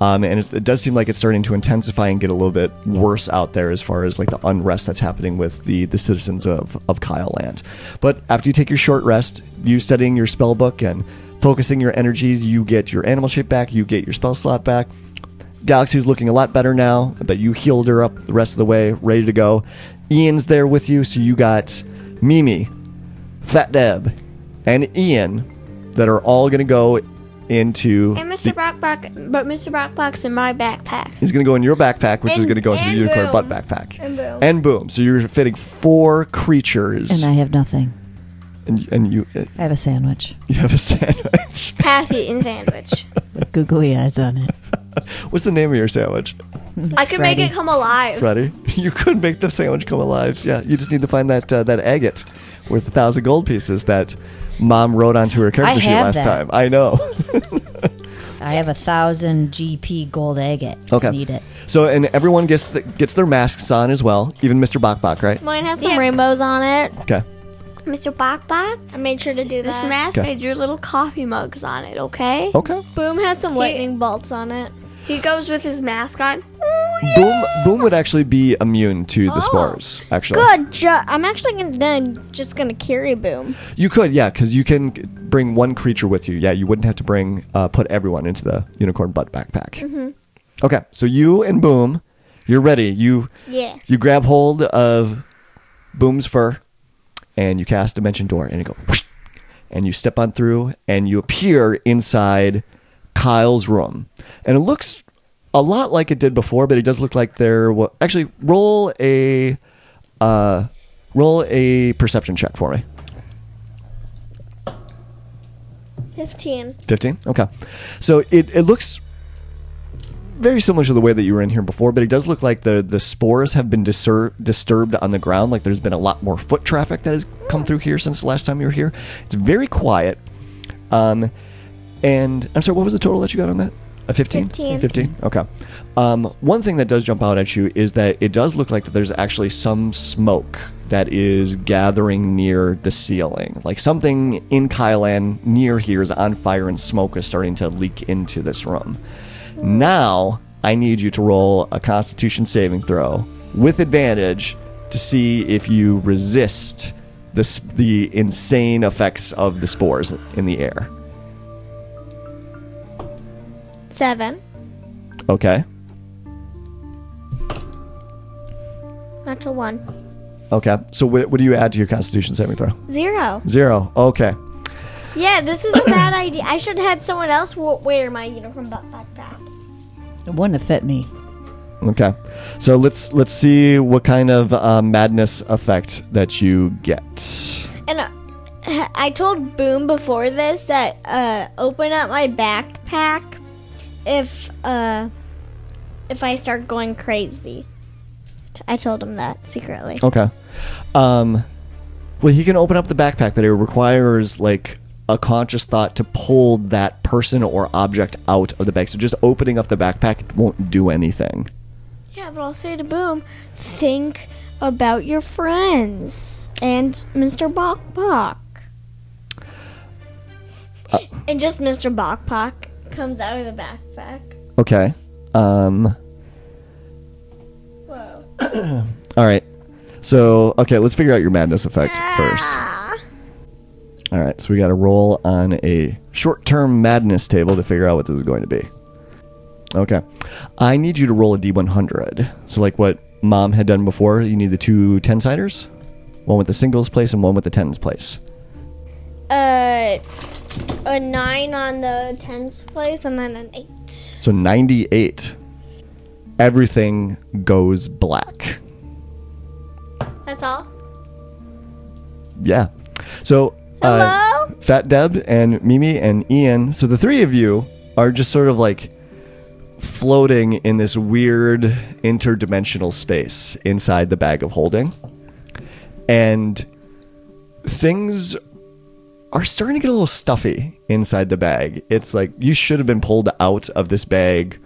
Um, and it's, it does seem like it's starting to intensify and get a little bit worse out there as far as like the unrest that's happening with the, the citizens of, of Kyle Land. But after you take your short rest, you studying your spell book and focusing your energies, you get your animal shape back, you get your spell slot back, Galaxy's looking a lot better now. I bet you healed her up the rest of the way, ready to go. Ian's there with you, so you got Mimi, Fat Deb, and Ian that are all going to go into.
and Mr.
the-
Brockbox, but Mr. Brockbox in my backpack.
He's going to go in your backpack, which is
And-
going to go into the
and
unicorn
boom.
butt backpack.
And boom.
And boom. So you're fitting four creatures,
And I have nothing.
and, and you
I have a sandwich
you have a sandwich.
Half eaten sandwich.
with googly eyes on it.
What's the name of your sandwich,
I could make
Freddy.
it come alive.
Freddy? You could make the sandwich come alive. Yeah, you just need to find that uh, that agate worth a thousand gold pieces that mom wrote onto her character
I
sheet
have
last
that.
time. I know.
I have a thousand GP gold agate. if you
Okay.
Need it.
So and everyone gets the, gets their masks on as well, even Mr. Bokbok, right?
Mine has some rainbows on it.
Okay.
Mr. Bokbok,
I made sure to do
this
that.
mask,
Okay.
I drew little coffee mugs on it, okay?
Okay.
Boom had some lightning bolts on it.
He goes with his mask on.
Boom Boom would actually be immune to
Oh,
the spores. Actually,
Good job. I'm actually gonna, then just gonna carry Boom.
you could yeah, because you can g- bring one creature with you. Yeah, you wouldn't have to bring uh, put everyone into the unicorn butt backpack.
Mm-hmm.
Okay, so you and Boom, you're ready. You
Yeah.
You grab hold of Boom's fur, and you cast Dimension Door, and you go, whoosh, and you step on through, and you appear inside Kyle's room, and it looks a lot like it did before, but it does look like there. Wa- Actually, roll a uh, roll a perception check for me.
15.
15 okay so it, it looks very similar to the way that you were in here before but it does look like the the spores have been disur- disturbed on the ground like there's been a lot more foot traffic that has come through here since the last time you were here it's very quiet um and i'm sorry what was the total that you got on that a 15
15.
15 okay um, one thing that does jump out at you is that it does look like that there's actually some smoke that is gathering near the ceiling like something in kylan near here is on fire and smoke is starting to leak into this room now i need you to roll a constitution saving throw with advantage to see if you resist the, s- the insane effects of the spores in the air
7.
okay
Natural 1.
Okay. So what, what do you add to your Constitution saving throw?
Zero.
Zero. Okay.
Yeah, this is a bad idea. I should have had someone else w- wear my unicorn butt backpack.
It wouldn't have fit me.
Okay. So let's let's see what kind of uh, madness effect that you get.
And uh, I told Boom before this that uh, open up my backpack if uh, if I start going crazy. T- I told him that secretly.
Okay. Um, well, he can open up the backpack, but it requires like a conscious thought to pull that person or object out of the bag. So just opening up the backpack won't do anything.
Yeah, but I'll say to Boom, think about your friends and Mr. Bok Bok.
Uh.
and just Mr. Bok Bok comes out of the backpack.
Okay. Um. All right. So okay, let's figure out your madness effect first. All right. So we got to roll on a short-term madness table to figure out what this is going to be. Okay. I need you to roll a d100. So like what mom had done before, you need the two 10-siders. One with the singles place and one with the tens place.
Uh, a nine on the tens place, and then an eight.
So 98. Everything goes black.
That's all.
Yeah. So, uh, Fat Deb and Mimi and Ian. So the three of you are just sort of like floating in this weird interdimensional space inside the bag of holding. And things are starting to get a little stuffy inside the bag. It's like you should have been pulled out of this bag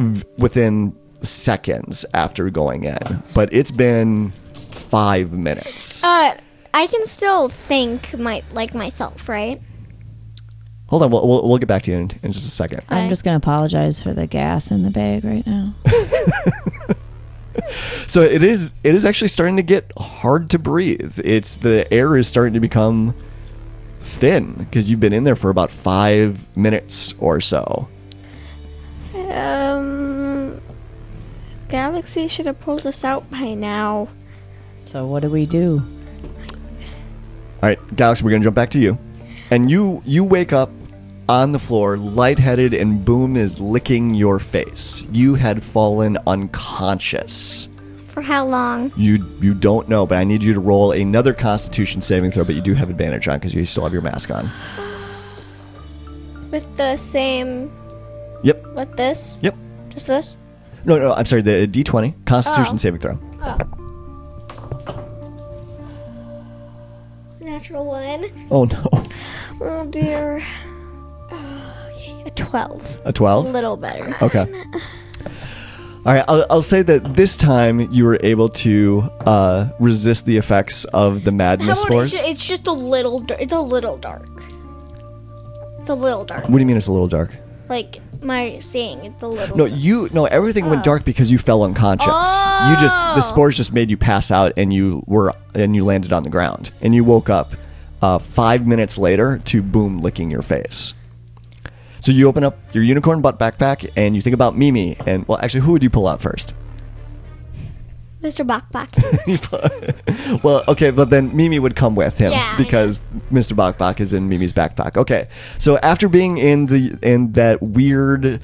v- within seconds after going in, but it's been five minutes.
Uh, I can still think my like myself, right?
Hold on, we'll, we'll, we'll get back to you in, in just a second.
I'm just going to apologize for the gas in the bag right now.
So it is it is actually starting to get hard to breathe. It's the air is starting to become thin because you've been in there for about five minutes or so.
Um, Galaxy should have pulled us out by now.
So what do we do?
All right, Galaxy, we're gonna jump back to you, and you you wake up on the floor, lightheaded, and Boom is licking your face. You had fallen unconscious.
For how long?
You you don't know, but I need you to roll another Constitution saving throw. But you do have advantage on because you still have your mask on.
With the same.
Yep.
With this?
Yep.
Just this?
No, no, I'm sorry. The D twenty
Oh.
Constitution saving throw.
Natural one.
Oh no,
Oh dear.
A twelve.
a twelve.
little better.
Okay. All right. I'll, I'll say that this time you were able to uh, resist the effects of the
How
madness
about it's,
force.
ju- it's just a little. dar- It's a little dark. It's a little dark.
What do you mean it's a little dark?
Like my seeing, it's a little.
No,
dark.
you no. Everything went dark because you fell unconscious. You just the spores just made you pass out, and you were and you landed on the ground, and you woke up uh, five minutes later to boom licking your face. So you open up your unicorn butt backpack, and you think about Mimi, and well, actually, who would you pull out first?
Mr. Bakbak.
Well, okay, but then Mimi would come with him
Yeah, I
because Mr. Bakbak is in Mimi's backpack. Okay, so after being in the in that weird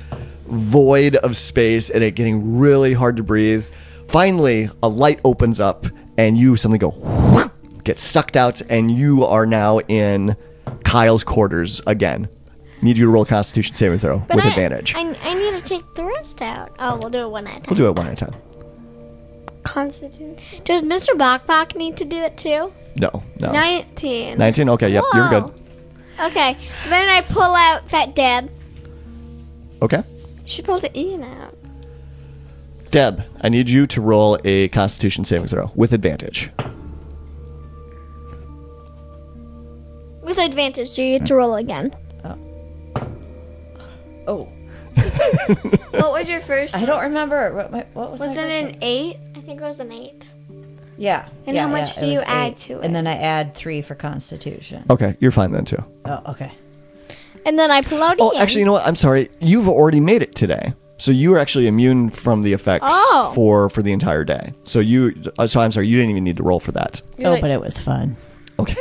void of space and it getting really hard to breathe, finally a light opens up and you suddenly go whoop, get sucked out and you are now in Kyle's quarters again. Need you to roll a Constitution saving throw with
I-
advantage.
I, I need to take the rest out. Oh, we'll do it one at a
we'll
time.
do it one at a time.
Constitute
Does Mr. Bakbak need to do it too?
No, no.
19.
Nineteen. Okay, yep, you're good.
Okay. Then I pull out Fat Dad.
Okay.
You should pull the
E.
Ian out.
Deb, I need you to roll a Constitution saving throw with advantage.
With advantage, so you get to roll again.
Oh,
What was your first?
I don't remember what, my, what was.
Was it an 8?
I think it was an eight.
Yeah.
And how much do
it
you
was
add to it?
And then I add three for Constitution.
Okay, you're fine then too.
Oh, okay.
And then I pull out
Oh,
Ian.
actually, you know what? I'm sorry. You've already made it today. So you are actually immune from the effects
Oh.
for for the entire day. So you, uh, so I'm sorry, you didn't even need to roll for that.
Oh, but it was fun.
Okay.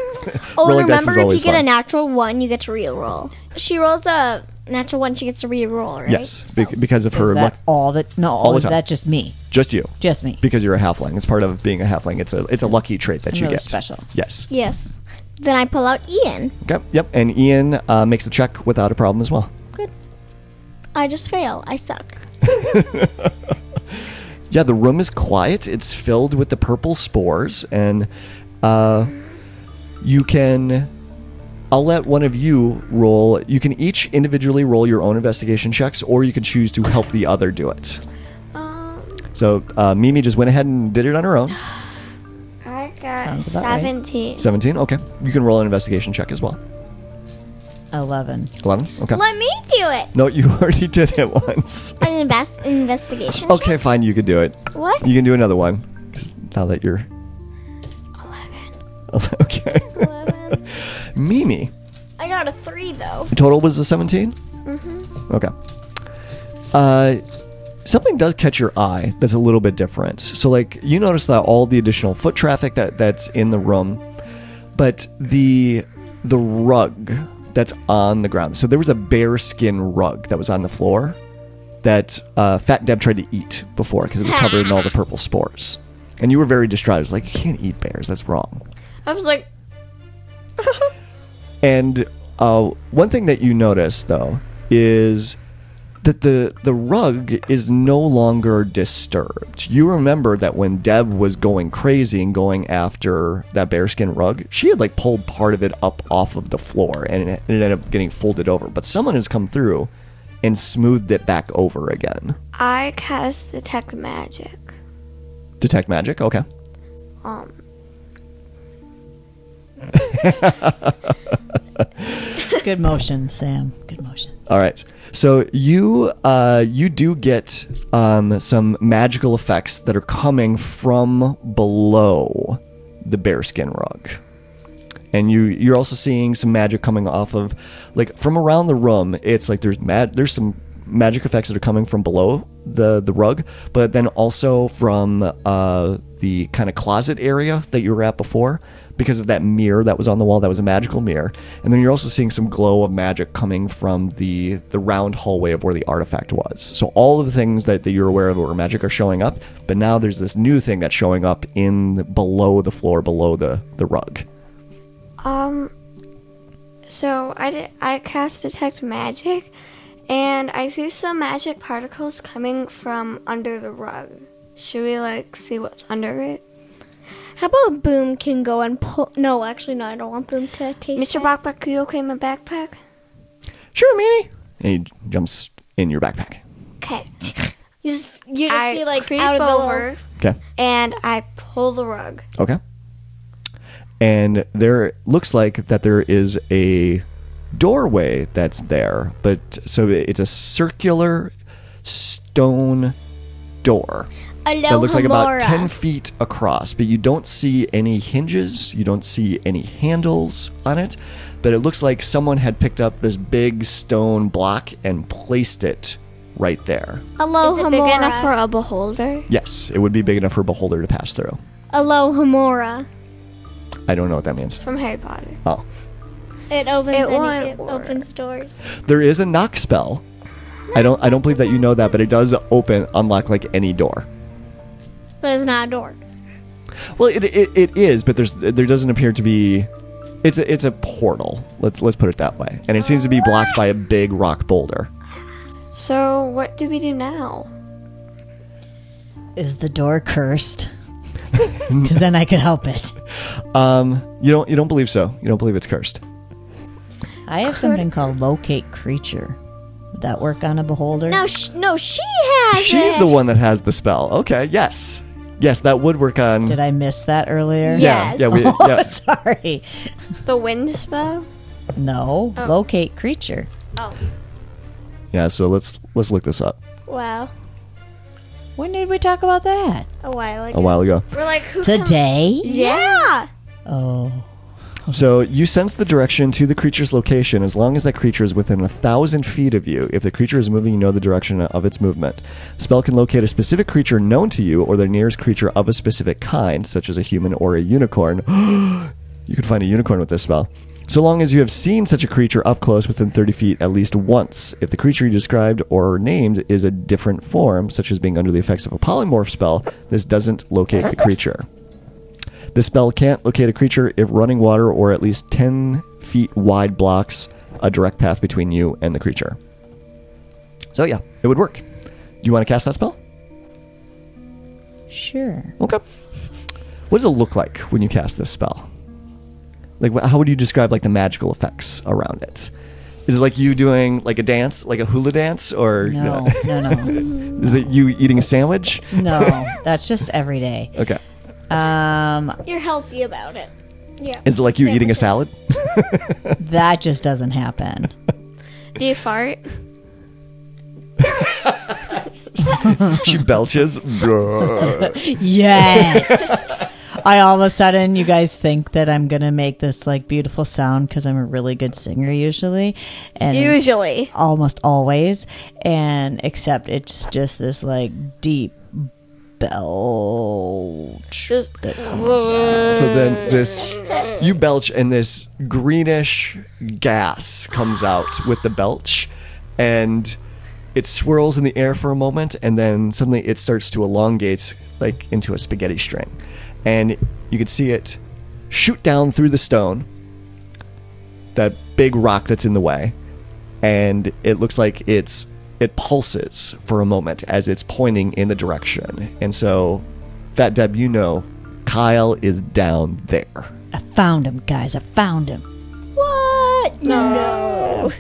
Oh,
Rolling
and
dice is
remember, if you
always
get a
fun.
natural one, you get to re-roll. She rolls a natural one, she gets to re-roll, right?
Yes, bec- because of her
Is that
luck.
all that? No, all
the
is
time.
that just me.
Just you,
Just me.
because you're a halfling. It's part of being a halfling. It's a it's a lucky trait that you
Really
get.
special.
Yes.
Yes. Then I pull out Ian.
Yep. Yep. And Ian uh, makes the check without a problem as well.
I just fail. I suck.
Yeah, the room is quiet. It's filled with the purple spores, and uh, you can. I'll let one of you roll. You can each individually roll your own investigation checks, or you can choose to help the other do it.
Um.
So uh, Mimi just went ahead and did it on her own.
I got
Sounds about right.
17.
Seventeen. Okay, you can roll an investigation check as well.
Eleven.
Eleven. Okay.
Let me do it.
No, you already did it once.
An invest- investigation.
Okay, fine. You can do it.
What?
You can do another one. Just now that you're. 11. Okay. 11. Mimi,
I got a three though.
the total was a 17? Mm-hmm. Okay. Uh, something does catch your eye that's a little bit different. So, like, you notice that all the additional foot traffic that, that's in the room, but the the rug that's on the ground. So there was a bearskin rug that was on the floor that uh, Fat Deb tried to eat before because it was covered in all the purple spores. And you were very distraught. It was like, you can't eat bears. That's wrong.
I was like,
And uh, one thing that you notice, though, is that the the rug is no longer disturbed. You remember that when Deb was going crazy and going after that bearskin rug, she had like pulled part of it up off of the floor, and it, it ended up getting folded over. But someone has come through and smoothed it back over again.
I cast detect magic.
Detect magic. Okay.
Um,
Good motion, Sam. Good motion.
All right. So you uh, you do get um, some magical effects that are coming from below the bearskin rug, and you you're also seeing some magic coming off of like from around the room. It's like there's mad there's some magic effects that are coming from below the the rug, but then also from uh, the kind of closet area that you were at before because of that mirror that was on the wall that was a magical mirror and then you're also seeing some glow of magic coming from the the round hallway of where the artifact was so all of the things that, that you're aware of were magic are showing up but now there's this new thing that's showing up in below the floor below the the rug
um, so I, did, I cast detect magic, and I see some magic particles coming from under the rug. Should we like see what's under it?
How about Boom can go and pull? No, actually, no. I don't want Boom to taste.
Mr.
it.
Backpack, are you okay in my backpack?
sure mimi and he jumps in your backpack
Okay.
you just, you just
I
see like
creep
out of the little-
over
okay
and I pull the rug.
Okay. And there looks like that there is a doorway that's there, but so it's a circular stone door
Aloha
that looks like about
Mora.
10 feet across, but you don't see any hinges, you don't see any handles on it, but it looks like someone had picked up this big stone block and placed it right there.
Aloha
Is it big
Mora.
enough for a beholder?
Yes, it would be big enough for a beholder to pass through.
Aloha Mora.
I don't know what that means.
From Harry Potter.
Oh.
It opens.
It
any-
would
it
work.
opens doors.
There is a knock spell. I don't I don't believe that you know that, but it does open unlock like any door.
But it's not a door.
Well, it, it, it is, but there's there doesn't appear to be it's a, it's a portal. Let's let's put it that way. And it seems to be blocked by a big rock boulder.
So what do we do now?
Is the door cursed? Because then I could help it.
Um, you don't you don't believe so. You don't believe it's cursed.
I have something called locate creature. Would that work on a beholder?
No, sh- no, she has
She's
it.
the one that has the spell. Okay, yes. Yes, that would work on
Did I miss that earlier?
yeah,
Yes.
yeah, we,
Oh,
yeah.
sorry.
The wind spell?
No.
Oh.
Locate creature.
yeah. So let's let's look this up
Wow,
When did we talk about that?
Oh.
a while ago.
a while ago.
We're like, who?
Today?
Yeah.
Oh.
So you sense the direction to the creature's location as long as that creature is within a thousand feet of you. If the creature is moving, you know the direction of its movement. The spell can locate a specific creature known to you or the nearest creature of a specific kind, such as a human or a unicorn. you can find a unicorn with this spell. So long as you have seen such a creature up close within 30 feet at least once. If the creature you described or named is a different form, such as being under the effects of a polymorph spell, this doesn't locate the creature. The spell can't locate a creature if running water or at least 10 feet wide blocks a direct path between you and the creature. So, yeah, it would work. Do you want to cast that spell?
Sure.
Okay. What does it look like when you cast this spell? Like, wh- how would you describe like the magical effects around it? Is it like you doing like a dance, like a hula dance, or you
No,
know,
no, no.
is it you eating a sandwich?
No. That's just every day.
Okay.
Um,
You're healthy about it.
Is it like you eating a salad?
that just doesn't happen.
Do you fart?
she belches.
Yes. I all of a sudden, you guys think that I'm gonna make this like beautiful sound because I'm a really good singer usually, and it's
Usually.
almost always, and except it's just this like deep belch. that comes out.
So then this you belch and this greenish gas comes out with the belch and it swirls in the air for a moment and then suddenly it starts to elongate like into a spaghetti string. And you can see it shoot down through the stone, that big rock that's in the way, and it looks like it's it pulses for a moment as it's pointing in the direction. And so Fat Deb, you know, Kyle is down there.
I found him, guys. I found him.
What? No.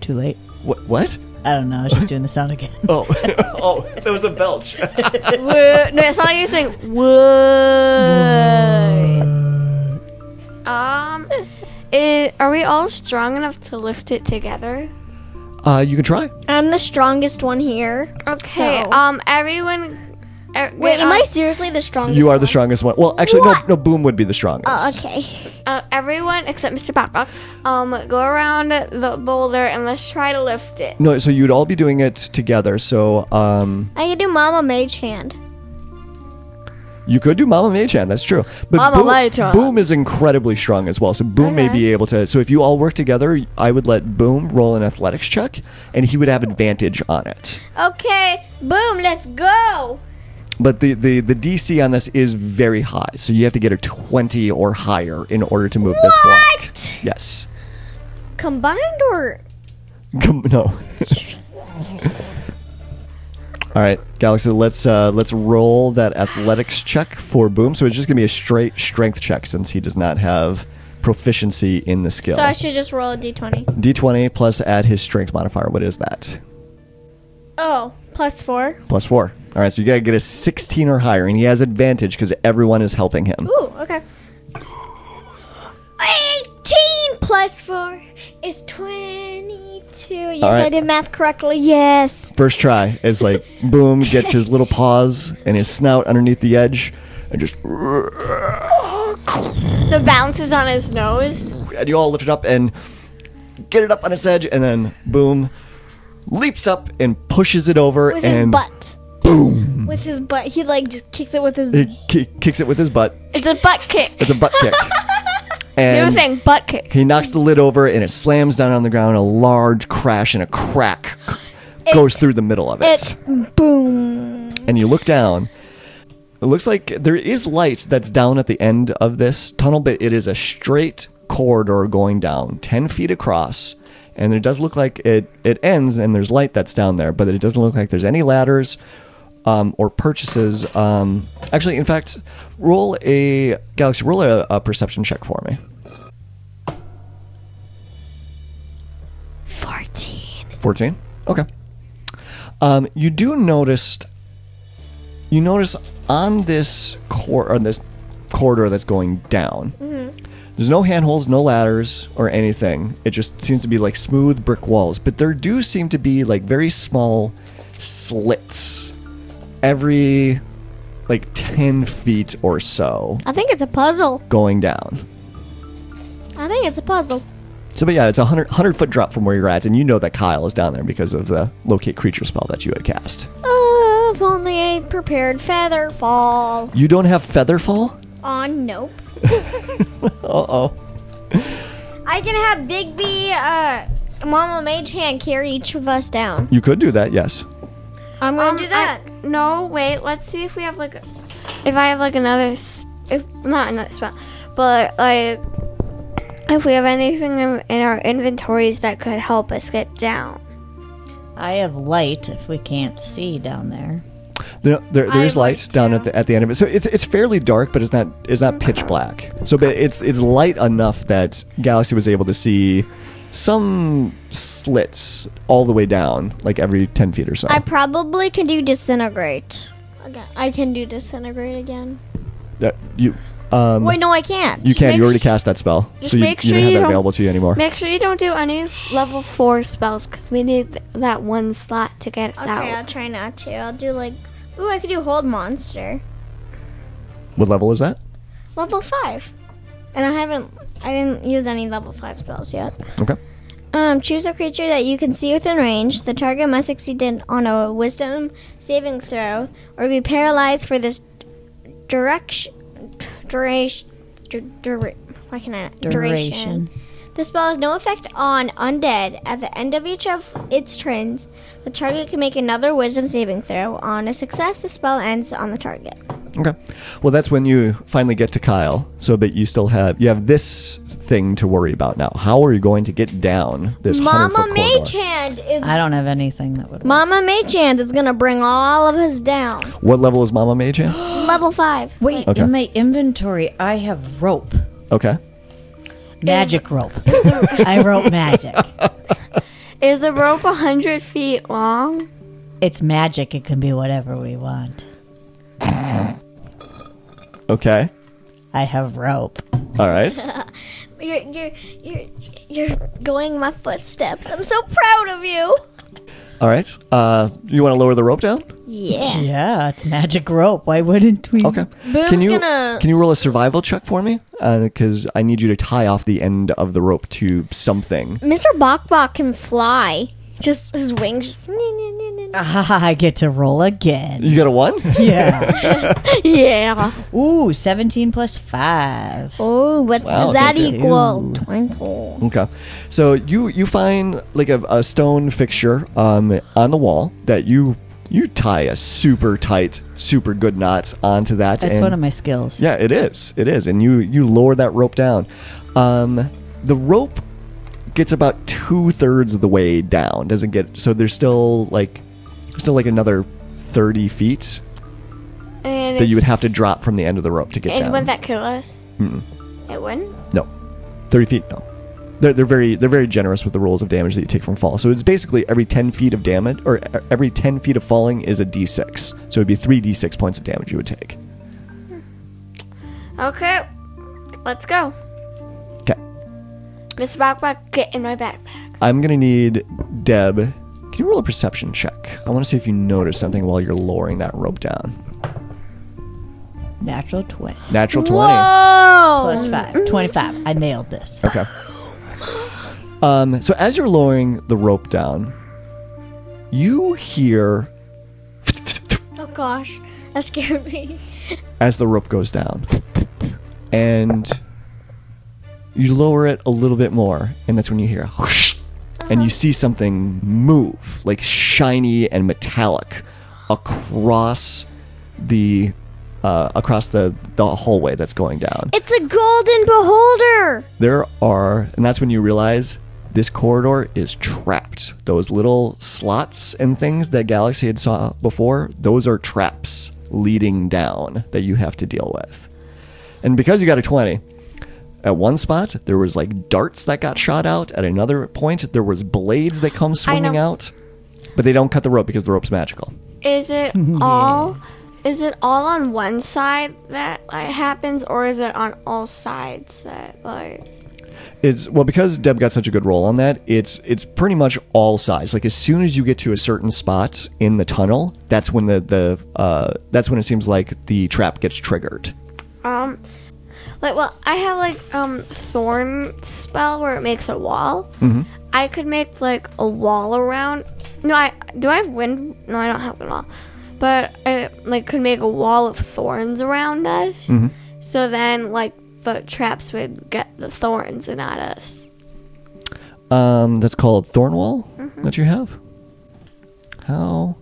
Too late.
What? What?
I don't know. I was just doing the sound again.
Oh, oh, that was a belch.
Whoa. No, it's not like you're saying whoa. Um, i are we all strong enough to lift it together?
Uh, you can try.
I'm the strongest one here.
Okay.
uh,
So-
Um, everyone. er-
Wait, am
um,
I seriously the strongest?
You are the strongest one. Well, actually, no, no. Boom would be the strongest.
Oh, okay.
Uh, everyone except Mr. Papa. Um, go around the boulder and let's try to lift it.
No, so you'd all be doing it together. So, um,
I can do Mama Mage Hand.
you could do Mama Mage Hand. That's true. But
Mama
Boom,
Mage Hand.
Boom is incredibly strong as well. So Boom may be able to. So if you all work together, I would let Boom roll an athletics check, and he would have advantage on it.
Okay, boom, let's go.
But the, the, the DC on this is very high, so you have to get a 20 or higher in order to move this block. Yes.
Combined or
Come, no. All right, Galaxy, let's uh, let's roll that athletics check for Boom. So it's just going to be a straight strength check since he does not have proficiency in the skill.
so I should just roll a d20.
D20 plus add his strength modifier. What is that?
Oh, plus four.
Plus 4. All right, so you got to get a 16 or higher and he has advantage cuz everyone is helping him.
Ooh, okay. 18 plus four is 22. Yes, I
right.
did math correctly. Yes.
First try is like boom gets his little paws and his snout underneath the edge and just
The bounces on his nose.
and you all lift it up and get it up on its edge and then boom leaps up and pushes it over
With
and
his butt. Boom. With his butt. He like just kicks it with his
He ki- kicks it with his butt.
It's a butt kick.
It's a butt kick.
New
And
thing, butt kick.
he knocks the lid over and it slams down on the ground. A large crash and a crack goes through the middle of it.
it. Boom.
and you look down. It looks like there is light that's down at the end of this tunnel, but it is a straight corridor going down, ten feet across. And it does look like it it ends, and there's light that's down there, but it doesn't look like there's any ladders um, or purchases. Um, actually, in fact, roll a galaxy, roll a, a perception check for me.
14.
14 okay um, you do notice you notice on this cor- on this corridor that's going down there's no handholds no ladders or anything it just seems to be like smooth brick walls but there do seem to be like very small slits every like 10 feet or so
I think it's a puzzle.
going down.
I think it's a puzzle.
So, but yeah, it's a 100, 100 foot drop from where you're at, and you know that Kyle is down there because of the locate creature spell that you had cast.
Oh, if only I prepared feather fall.
You don't have Featherfall?
On nope.
Uh oh.
I can have Big B, uh, Mama Mage Hand carry each of us down. Um,
You could do that, yes.
I'm gonna do that.
No, wait. Let's see if we have like, a, if I have like another, s- if not another spell, but like, if we have anything in, in our inventories that could help us get down.
I have light if we can't see down there.
There, there, there is light down at the, at the end of it, so it's it's fairly dark, but it's not it's not pitch black. So, but it's it's light enough that Galaxy was able to see some slits all the way down, like every ten feet or so.
I probably can do disintegrate. Okay, I can do disintegrate again.
That- Uh, you um
Wait, no, I can't.
you can you already cast that spell, so you,
make
you
sure
don't have
you
that
don't-
available to you anymore.
Make sure you don't do any level four spells because we need th- that one slot to get us
Okay, I'll
out.
try not to. I'll do like. Ooh, I could do hold monster.
What level is that?
Level 5. And I haven't. I didn't use any level 5 spells yet.
Okay.
Um, choose a creature that you can see within range. The target must succeed in- on a wisdom saving throw or be paralyzed for this direction. Duration. Dur- dura- why can I not?
Duration.
The spell has no effect on undead. At the end of each of its turns, the target can make another wisdom saving throw. On a success, the spell ends on the target.
Okay. Well, that's when you finally get to Kyle. So, but you still have you have this thing to worry about now. How are you going to get down this hundred
Mama
foot
Mage
corridor?
Hand is
I don't have anything that would.
Mama Machan is gonna bring all of us down.
What level is Mama Mage? at?
Level five.
Wait,
Okay.
in my inventory, I have rope,
Okay.
magic rope. I rope magic.
Is the rope a hundred feet long?
It's magic. It can be whatever we want.
Okay.
I have rope.
All right.
You're you're you're you're going my footsteps. I'm so proud of you.
All right. Uh, you want to lower the rope down?
Yeah.
Yeah, it's magic rope. Why wouldn't we?
Okay. can you
gonna-
can you roll a survival check for me? Because I need you to tie off the end of the rope to something.
Mr. Bok Bok can fly. Just his wings. Just, nee, nee, nee, nee, nee.
Ah, I get to roll again.
You got a one.
Yeah.
Yeah.
Ooh, 17 plus 5.
Oh, what does that
take
equal? Twinkle.
Okay, so you you find like a, a stone fixture um, on the wall that you you tie a super tight, super good knot onto that.
That's
and-
one of my skills.
Yeah, it is. It is, and you you lower that rope down. Um, the rope gets about two thirds of the way down. Doesn't get so there's still like still like another thirty feet
And
that you would have to drop from the end of the rope to get
and
down.
wouldn't that kill us? mm It wouldn't.
No, thirty feet. No, they're, they're very they're very generous with the rules of damage that you take from fall. So it's basically every ten feet of damage, or e- every ten feet of falling is a d6. So it'd be three d6 points of damage you would take.
Okay, let's go.
'Kay.
Mr. Bokbok, get in my backpack.
I'm gonna need Deb. Can you roll a perception check? I want to see if you notice something while you're lowering that rope down.
Natural 20.
Natural
Plus 5. 25. I nailed this.
twenty. Okay. Um, so as you're lowering the rope down, you hear
Oh gosh, that scared me.
as the rope goes down. And you lower it a little bit more, and that's when you hear a whoosh, and you see something move, like shiny and metallic, across the uh, across the, the hallway that's going down.
It's a golden beholder.
There are, and that's when you realize this corridor is trapped. Those little slots and things that Galaxy had saw before, those are traps leading down that you have to deal with. And because you got a 20, at one spot there was like darts that got shot out, at another point there was blades that come swinging out, but they don't cut the rope because the rope's magical.
Is it all? Is it all on one side that like happens, or is it on all sides that like?
it's well because Deb got such a good roll on that. It's it's pretty much all size. Like as soon as you get to a certain spot in the tunnel, that's when the the uh, that's when it seems like the trap gets triggered.
Um, like, well, I have like um thorn spell where it makes a wall. I could make like a wall around. No, I do. I have wind. No, I don't have it all. But I like could make a wall of thorns around us. So then, like the traps would get the thorns and not us.
Um, that's called Thornwall that you have. How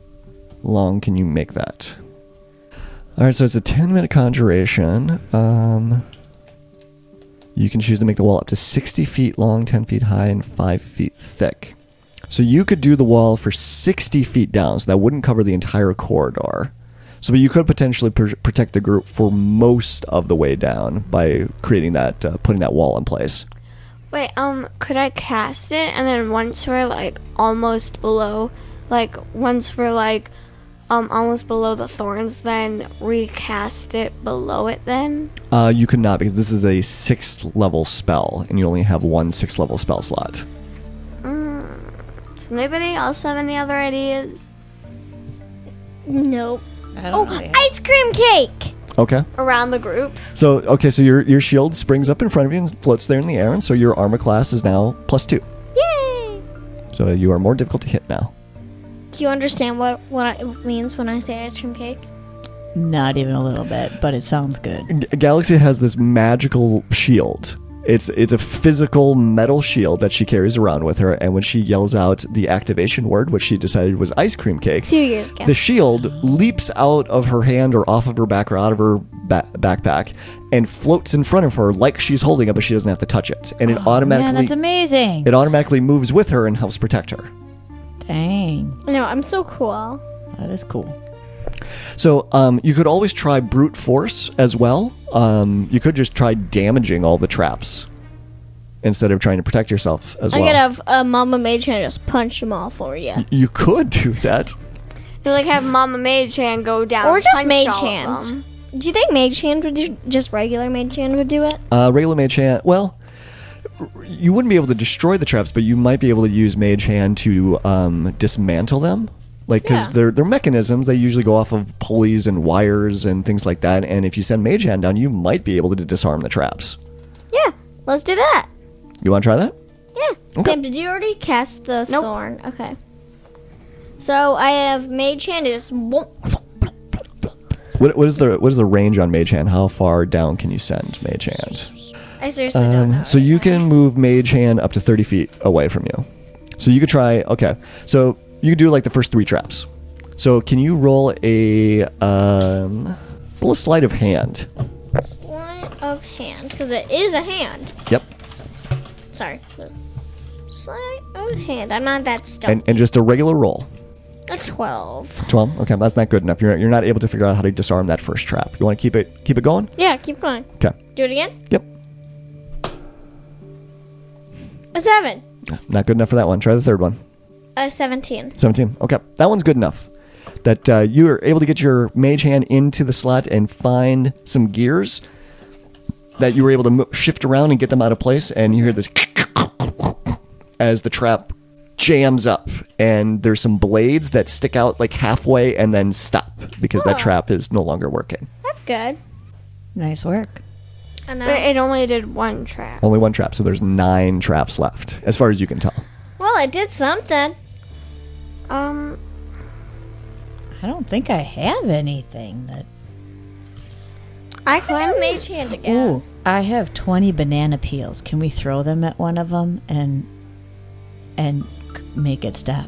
long can you make that? All right, so it's a 10 minute conjuration. Um, you can choose to make the wall up to 60 feet long, 10 feet high, and 5 feet thick. So you could do the wall for 60 feet down, so that wouldn't cover the entire corridor. So, but you could potentially pr- protect the group for most of the way down by creating that, uh, putting that wall in place.
Wait, um, could I cast it? And then once we're like almost below, like once we're like um almost below the thorns, then recast it below it. Then
Uh, you could not because this is a sixth level spell, and you only have one sixth level spell slot.
does anybody else have any other ideas?
Nope. Oh,
I don't really have-
Ice cream cake.
Okay.
Around the group,
So okay, so your your shield springs up in front of you and floats there in the air, and so your armor class is now plus two.
Yay!
So you are more difficult to hit now.
Do you understand what what it means when I say ice cream cake?
Not even a little bit, but it sounds good.
G- Galaxy has this magical shield. It's it's a physical metal shield that she carries around with her, and when she yells out the activation word, which she decided was ice cream cake,
few years ago.
The shield leaps out of her hand or off of her back or out of her ba- backpack and floats in front of her like she's holding it, but she doesn't have to touch it. And it
Oh, Man, that's
automatically
amazing.
it automatically moves with her and helps protect her.
Dang,
No, I'm so cool.
that is cool.
So um, you could always try brute force as well. Um, you could just try damaging all the traps instead of trying to protect yourself as
I'm
well.
gonna have uh, Mama Mage and just punch them all for you,
you could do that.
They like have Mama Mage Hand go down
or
and
just
punch
Mage
all of
Hands.
them.
Do you think Mage Hand would do just regular Mage Hand would do it?
Uh, regular mage hand. Well, you wouldn't be able to destroy the traps, but you might be able to use mage hand to um, dismantle them. Like, because they're they're mechanisms. They usually go off of pulleys and wires and things like that. And if you send mage hand down, you might be able to disarm the traps.
Yeah, let's do that.
You want to try that?
Yeah. Sam, did you already cast the thorn? Okay. So I have Mage Hand is
What, what is the what is the range on mage hand? How far down can you send mage hand?
I seriously don't know.
Um, So you can move mage hand up to thirty feet away from you. So you could try. Okay, so you could do like the first three traps. So can you roll a um, roll a sleight of hand?
Sleight of hand, because it is a hand.
Yep,
Sorry. Sleight of hand. I'm not that stealthy.
and and just a regular roll.
a twelve.
Twelve. Okay, that's not good enough. You're you're not able to figure out how to disarm that first trap. You want to keep it keep it going?
Yeah, keep going.
Okay.
Do it again.
Yep.
A seven.
Not good enough for that one. Try the third one.
A seventeen.
17. Okay. That one's good enough. That uh, you are able to get your mage hand into the slot and find some gears that you were able to mo- shift around and get them out of place. And you hear this as the trap jams up. And there's some blades that stick out like halfway and then stop because that trap is no longer working.
That's good.
Nice work.
And
But
now,
it only did one trap.
Only one trap. So there's nine traps left, as far as you can tell.
well, I did something.
Um,
I don't think I have anything that.
I could mage hand again.
Ooh, I have twenty banana peels. Can we throw them at one of them and and c- make it stop?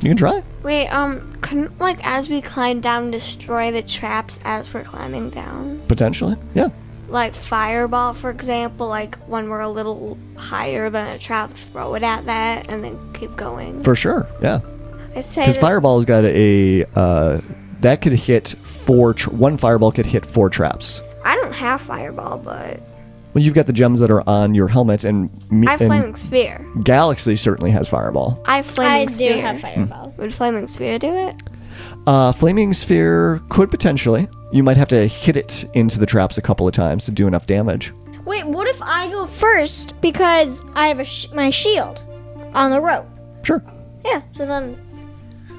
You can try.
wait, um, couldn't like as we climb down destroy the traps as we're climbing down?
Potentially. Yeah.
like fireball for example like when we're a little higher than a trap throw it at that and then keep going
For sure. Yeah.
i say
Because
that,
fireball's got a uh, that could hit four. Tr- one fireball could hit four traps.
i don't have fireball but
Well, you've got the gems that are on your helmet, and, me-
i have flaming
and
sphere
Galaxy certainly has fireball.
i have
I
flaming
do
sphere
have fireball.
would flaming sphere do it
Uh, Flaming
Hmm.
sphere could potentially. You might have to hit it into the traps a couple of times to do enough damage.
Wait, what if I go first because I have a sh- my shield on the rope?
Sure.
Yeah, so then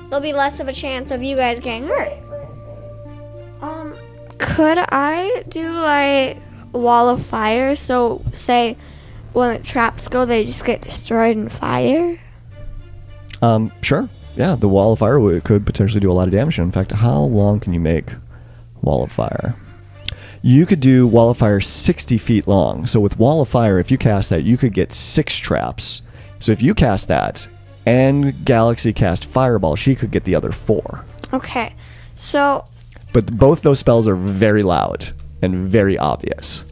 there'll be less of a chance of you guys getting hurt.
Um, Could I do like wall of fire? So say when the traps go, they just get destroyed in fire.
Um, sure. Yeah, the wall of fire would- could potentially do a lot of damage. In fact, how long can you make wall of fire? You could do wall of fire 60 feet long. So with wall of fire, if you cast that, you could get six traps. So if you cast that and Galaxy cast fireball, she could get the other four.
Okay, so
But both those spells are very loud and very obvious.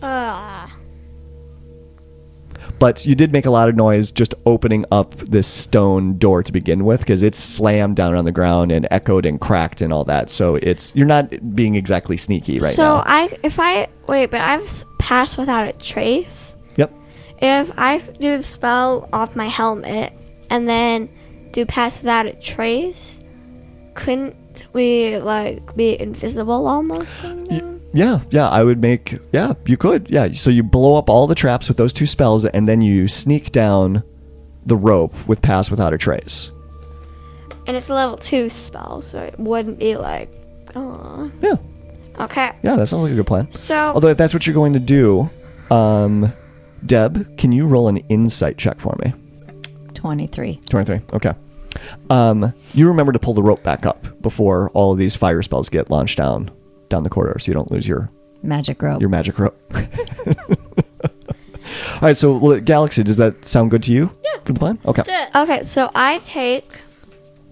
But you did make a lot of noise just opening up this stone door to begin with because it slammed down on the ground and echoed and cracked and all that. So it's you're not being exactly sneaky right
so
now.
I if I wait, but I've s- passed without a trace.
Yep.
If I do the spell off my helmet and then do pass without a trace, couldn't we like be invisible almost?
Yeah, yeah, I would make yeah, you could. Yeah, so you blow up all the traps with those two spells and then you sneak down the rope with pass without a trace.
And it's a level two spell, so it wouldn't be like, oh,
Yeah.
okay.
Yeah, that sounds like a good plan.
So
Although if that's what you're going to do, um, Deb, can you roll an insight check for me?
23.
23. Okay. Um, you remember to pull the rope back up before all of these fire spells get launched down down the corridor so you don't lose your
Magic rope.
your magic rope. all right, so well, Galaxy, does that sound good to you? Yeah. For the plan? Okay.
okay, so I take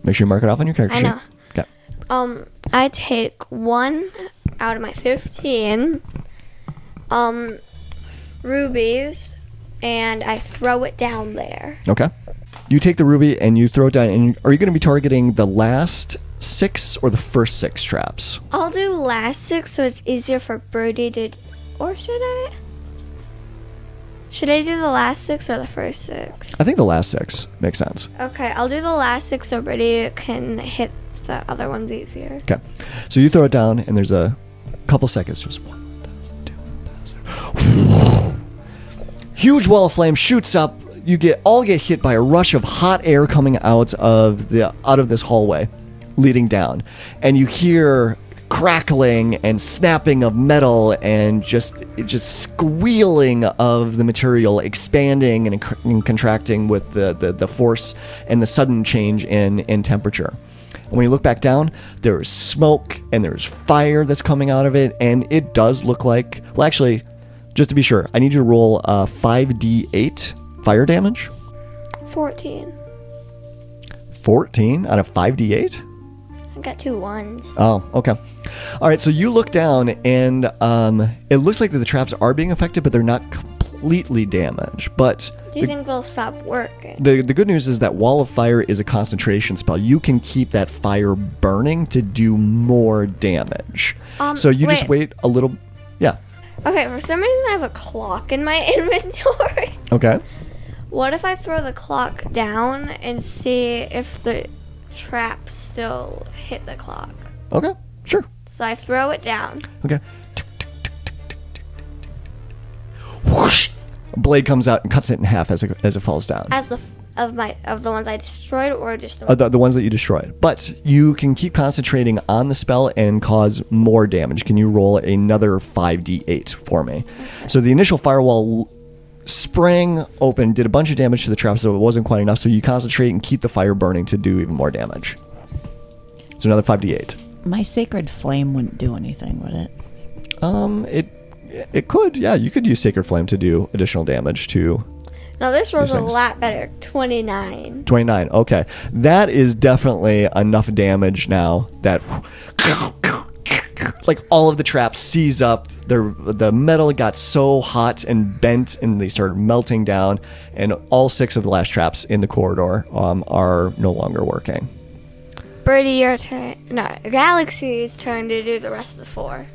Make sure you mark it off on your character
I know.
sheet. Okay.
um I take one out of my fifteen um rubies, and I throw it down there.
Okay. You take the ruby and you throw it down and you- are you going to be targeting the last 6 or the first 6 traps?
I'll do last six, so it's easier for Birdie to, or should I? Should I do the last six or the first six?
I think the last 6 makes sense.
Okay, I'll do the last six so Birdie can hit the other ones easier.
Okay. So you throw it down, and there's a couple seconds. Just one, thousand, two, thousand. Huge wall of flame shoots up. You get all get hit by a rush of hot air coming out of the out of this hallway, leading down, and you hear crackling and snapping of metal and just just squealing of the material expanding and, inc- and contracting with the, the, the force and the sudden change in in temperature. And when you look back down, there is smoke and there's fire that's coming out of it, and it does look like. Well, actually, just to be sure, I need you to roll uh, 5d8 fire damage.
14.
14 out of 5d8?
I got two ones.
Oh, okay. All right, so you look down, and um, it looks like that the traps are being affected, but they're not completely damaged. But
Do you think they'll stop working?
the, the good news is that Wall of Fire is a concentration spell. You can keep that fire burning to do more damage. so you just wait a little. Yeah.
Okay, for some reason I have a clock in my inventory.
Okay.
what if I throw the clock down and see if the traps still hit the clock?
Okay. Sure.
So I throw it down.
Okay. Whoosh! A blade comes out and cuts it in half as it, as it falls down.
As the f- of my of the ones I destroyed or just the
Uh, the, the ones that you destroyed. But you can keep concentrating on the spell and cause more damage. Can you roll another 5d8 for me? So the initial firewall l- sprang open, did a bunch of damage to the trap, so it wasn't quite enough. So you concentrate and keep the fire burning to do even more damage. So another 5d8.
My sacred flame wouldn't do anything, would it?
Um, it it could, yeah. You could use Sacred Flame to do additional damage to
No, this rolls a
things.
lot better. 29.
29. Okay. That is definitely enough damage now that like all of the traps seize up. The the metal got so hot and bent and they started melting down and all six of the last traps in the corridor um, are no longer working.
Birdie, your turn. No, Galaxy's turn to do the rest of the four.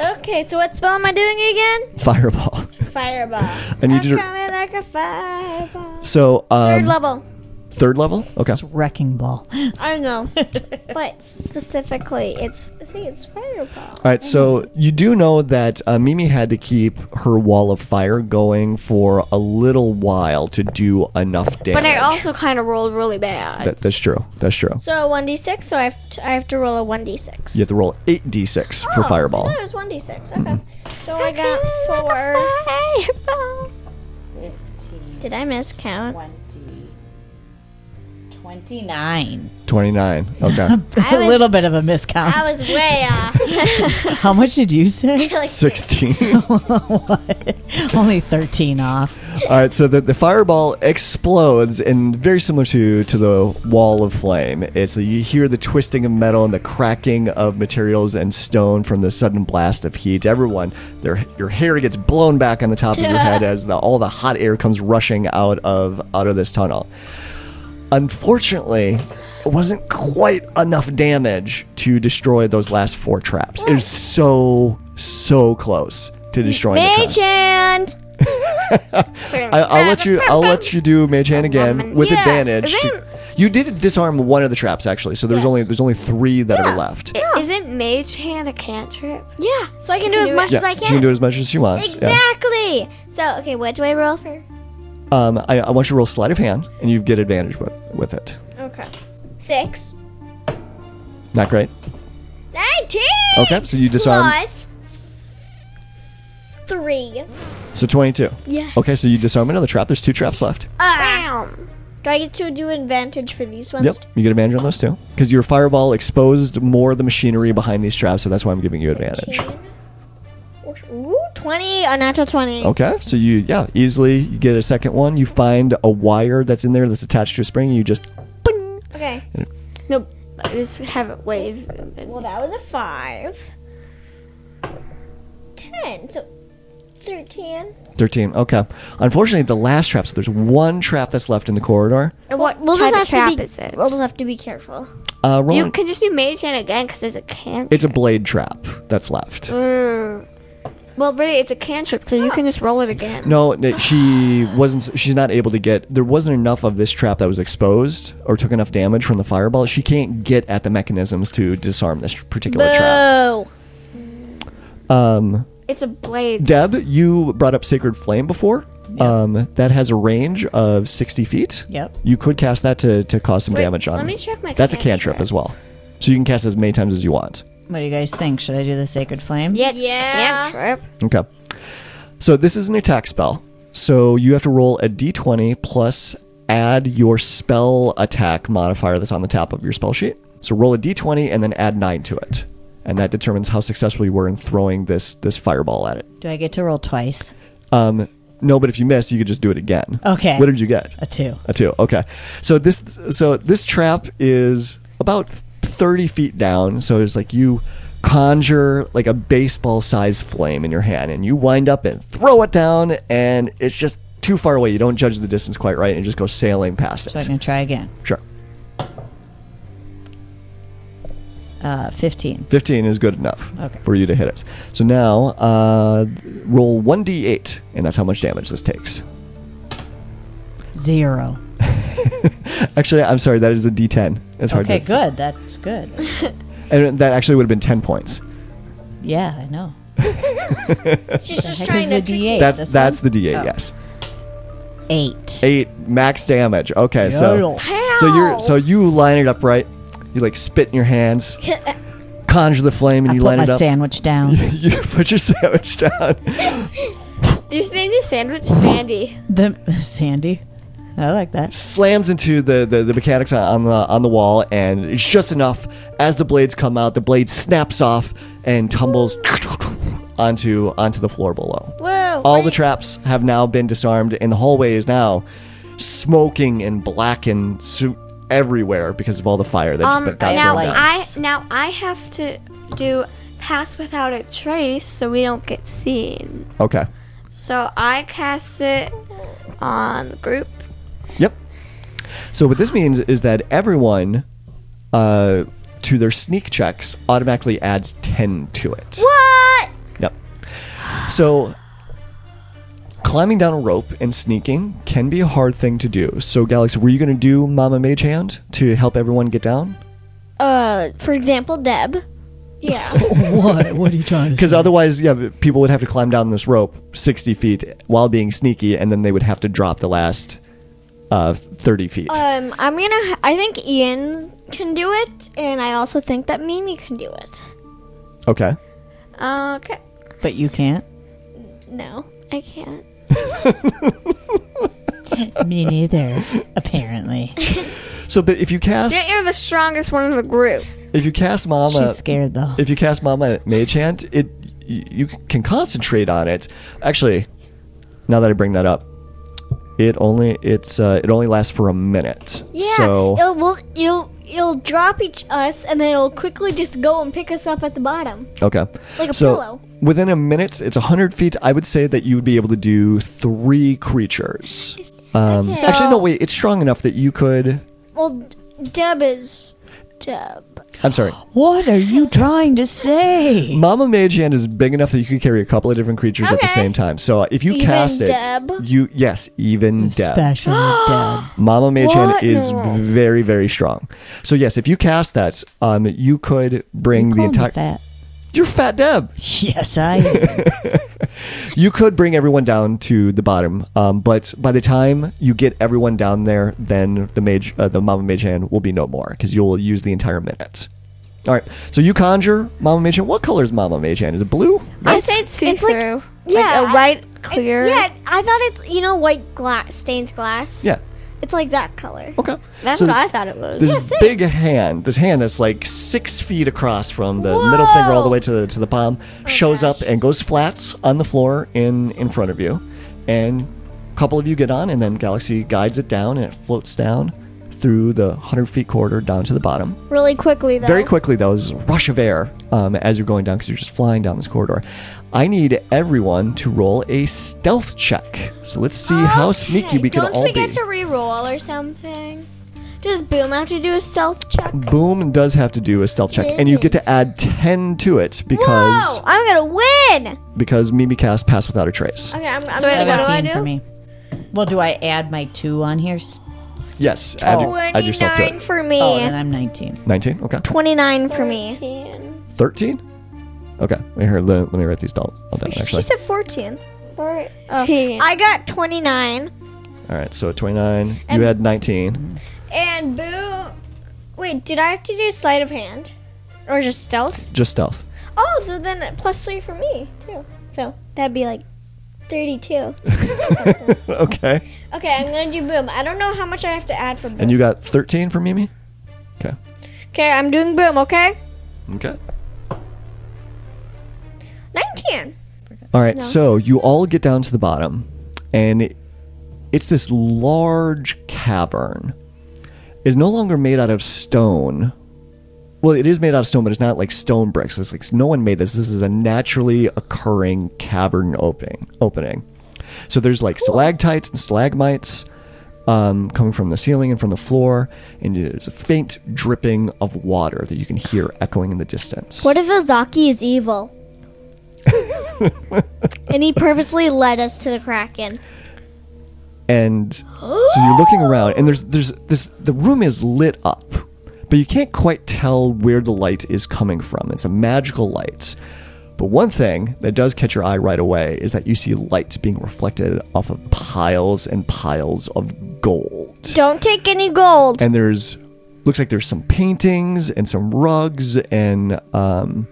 Okay, so what spell am I doing again?
Fireball.
Fireball.
I need you to
Coming like a fireball.
So um,
Level.
Third level? Okay.
It's wrecking ball.
I know, but specifically, it's I think it's fireball.
All right, so you do know that uh, Mimi had to keep her wall of fire going for a little while to do enough damage.
But I also kind of rolled really bad.
That- that's true. That's true.
So one d six. So I have to, I have to roll a one d six.
You have to roll 8d6 for
Oh,
Fireball. Mm-hmm.
That was one d six. Okay. So I got four. Did I miss count?
29.
29. Okay.
a little bit of a miscount.
I was way off.
How much did you say?
16.
What? Only 13 off.
All right, so the, the Fireball explodes, and very similar to, to the Wall of Flame. It's you hear the twisting of metal and the cracking of materials and stone from the sudden blast of heat. Everyone, their your hair gets blown back on the top of your head as the, all the hot air comes rushing out of out of this tunnel. Unfortunately, it wasn't quite enough damage to destroy those last four traps. It was so so close to destroying the trap.
Chant.
I, I'll let you. I'll let you do Mage Hand again with
Yeah,
advantage.
then-
you did disarm one of the traps actually, so there's only there's only three that are left.
Isn't mage hand a cantrip?
Yeah. So I can do as much as I
she can
can.
do it as much as she wants.
Exactly. So okay, what do I roll for?
Yeah. Um, I, I want you to roll sleight of hand, and you get advantage with with it.
Okay. Six.
Not great.
Nineteen.
Okay, so you disarm.
Plus three.
So 22. Yeah. Okay, so you disarm another trap. There's two traps left.
Do I get to do advantage for these ones?
Yep. You get advantage on those two because your fireball exposed more of the machinery behind these traps, so that's why I'm giving you advantage.
Ooh, 20, a natural 20.
Okay, so you yeah easily you get a second one. You find a wire that's in there that's attached to a spring. And you just bing.
Okay.
Nope. Just have it wave. and-
Well, that was a 5. 10, so 13.
thirteen. Okay, unfortunately the last trap. So there's one trap that's left in the corridor.
And what
We'll just have to
trap
be-
is it? We'll just have to be careful.
Uh, roll
You
an-
can just do mage hand again because it's a cantrip.
it's a blade trap that's left.
Mm. well, really, it's a cantrip, so you can just roll it again.
No, n- she wasn't. She's not able to get. There wasn't enough of this trap that was exposed or took enough damage from the fireball. She can't get at the mechanisms to disarm this particular trap.
Oh.
It's a blade.
Deb, you brought up Sacred Flame before. Um, that has a range of 60 feet.
Yep.
You could cast that to, to cause some damage on
let
them.
me check my
That's a cantrip as well. So you can cast as many times as you want.
What do you guys think? Should I do the sacred flame?
Yeah, it's a
Yeah.
cantrip.
Okay. So this is an attack spell. So you have to roll a d20 plus add your spell attack modifier that's on the top of your spell sheet. So roll a d20 and then add 9 to it. And that determines how successful you were in throwing this this fireball at it.
Do I get to roll twice?
Um, no, but if you miss, you could just do it again.
Okay.
What did you get?
A two.
A two. Okay. So this so this trap is about thirty feet down. So it's like you conjure like a baseball sized flame in your hand, and you wind up and throw it down, and it's just too far away. You don't judge the distance quite right, and just go sailing past
So I'm
it.
going to try again.
Sure.
Uh, 15.
15 is good enough
Okay.
for you to hit it. So now uh, roll 1d8, and that's how much damage this takes.
Zero.
Actually, I'm sorry, that is a d10. It's hard
Okay,
to
good. That's good.
And that actually would have been 10 points.
Yeah, I know.
She's just
Heck is
trying
the
to trick
D8.
That's
This
that's
one?
the d8,
Oh.
yes.
Eight.
eight max damage. Okay, so so you're so you line it up right. You like spit in your hands, conjure the flame, and
I
you
put
line
my
it up.
sandwich down.
you put your sandwich down.
You just named your sandwich Sandy.
the Sandy. I like that.
Slams into the, the the mechanics on the on the wall, and it's just enough. As the blades come out, the blade snaps off and tumbles onto onto the floor below.
Whoa.
All the traps have now been disarmed, and the hallway is now smoking and blackened suit everywhere because of all the fire that just
Um,
been got
now
thrown down.
I now I have to do pass without a trace, so we don't get seen.
Okay.
So I cast it on the group.
Yep. So what this means is that everyone uh, to their sneak checks automatically adds 10 to it.
What?
Yep. So climbing down a rope and sneaking can be a hard thing to do. So, Galaxy, were you going to do Mama Mage Hand to help everyone get down?
Uh, for example, Deb.
What? What are you trying to?
Because otherwise, yeah, people would have to climb down this rope 60 feet while being sneaky, and then they would have to drop the last uh, 30 feet.
Um, I'm gonna. I think Ian can do it, and I also think that Mimi can do it.
okay.
Okay.
But you can't.
No, I can't.
Me neither. Apparently,
So, but if you cast
You're the strongest one in the group.
if you cast Mama,
she's scared though.
if you cast Mama Mage Hand, it you, you can concentrate on it. Actually, now that I bring that up, it only it's uh, it only lasts for a minute.
Yeah,
So
it'll we'll, you'll you'll drop each us, and then it'll quickly just go and pick us up at the bottom.
Okay.
Like a
so
pillow.
within a minute, it's 100 feet. I would say that you would be able to do three creatures. Um, Actually, no, wait. It's strong enough that you could.
Well, Deb is Deb.
I'm sorry.
What are you trying to say?
Mama Mage Hand is big enough that you could carry a couple of different creatures at the
Okay.
same time. So if you
Even
cast it,
Deb?
you yes, even Deb.
Special dead.
Mama Mage Hand is very very strong. So yes, if you cast that, um, you could bring the
Call me
entire.
fat.
You're Fat Deb.
Yes, I.
you could bring everyone down to the bottom, um, but by the time you get everyone down there, then the mage, uh, the Mama Mage Hand will be no more because you'll use the entire minute. All right, so you conjure Mama Mage Hand. What color is Mama Mage Hand? Is it blue?
I say it's see through. Like,
yeah,
a
I-
white, clear.
Yeah, I thought it's you know white glass, stained glass.
Yeah.
it's like that color.
Okay.
That's
So
what
this-
I thought it was.
This big hand, this hand that's like six feet across from the middle finger all the way to the to the palm, shows up and goes flats on the floor in in front of you, and a couple of you get on, and then Galaxy guides it down, and it floats down through the hundred feet corridor down to the bottom.
Really quickly though.
Very quickly, though, there's a rush of air um, as you're going down because you're just flying down this corridor. I need everyone to roll a stealth check. So let's see how sneaky we can
Don't
all
we
be.
get to reroll or something? Does Boom have to do a stealth check?
Boom does have to do a stealth check, and you get to add ten to it because
Whoa! I'm gonna win.
because Mimi cast pass without a trace.
Okay, I'm,
Wait, what
I'm
do I
Seventeen for
do?
me. Well, do I add my two on here? S-
Yes, add, your- add yourself to
Twenty-nine
it.
for me.
Oh, then I'm nineteen.
Nineteen. Okay.
Twenty-nine for me.
Thirteen. Okay. Wait, here. Let, let me write these all, all down.
She
Actually.
said fourteen. Four.
Teen.
I got twenty-nine.
All right. So twenty-nine. You had nineteen.
And Boom. Wait, did I have to do sleight of hand, or just stealth?
Just stealth.
Oh, so then plus three for me too. So that'd be like thirty-two.
Okay.
Okay, I'm gonna do boom. I don't know how much I have to add for boom.
And you got thirteen for Mimi.
okay, I'm doing boom. Okay,
Okay.
nineteen.
All right, so you all get down to the bottom, and it- it's this large cavern. It's no longer made out of stone. Well, it is made out of stone, but it's not like stone bricks. It's like no one made this. This is a naturally occurring cavern opening. Opening. So there's like stalactites and stalagmites um, coming from the ceiling and from the floor, and there's a faint dripping of water that you can hear echoing in the distance.
What if Ozaki is evil? and he purposely led us to the Kraken.
and so you're looking around and there's there's this the room is lit up but you can't quite tell where the light is coming from it's a magical light but one thing that does catch your eye right away is that you see light being reflected off of piles and piles of gold
Don't take any gold.
and there's looks like there's some paintings and some rugs and um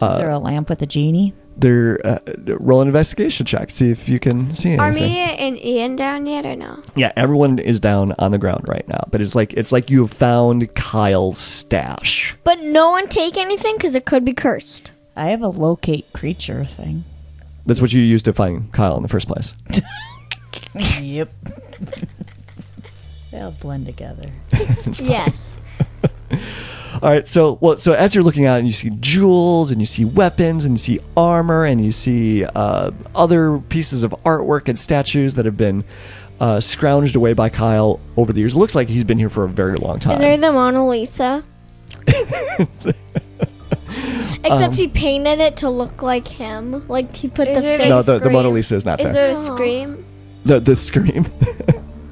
Is there a lamp with a genie?
they're uh, roll an investigation check see if you can see anything
Are Mia and Ian down yet or no?
Yeah, everyone is down on the ground right now, but it's like it's like you have found Kyle's stash.
But no one take anything because it could be cursed.
I have a locate creature thing.
That's what you used to find Kyle in the first place.
Yep. They'll blend together.
Yes.
All right, so well, so as you're looking out and you see jewels and you see weapons and you see armor and you see uh, other pieces of artwork and statues that have been uh, scrounged away by Kyle over the years. It looks like he's been here for a very long time.
Is there the Mona Lisa?
Um,
Except he painted it to look like him. Like he put the
Is it
face.
no, the, the Mona
scream.
Lisa is not
Is
there.
there a scream?
the the scream.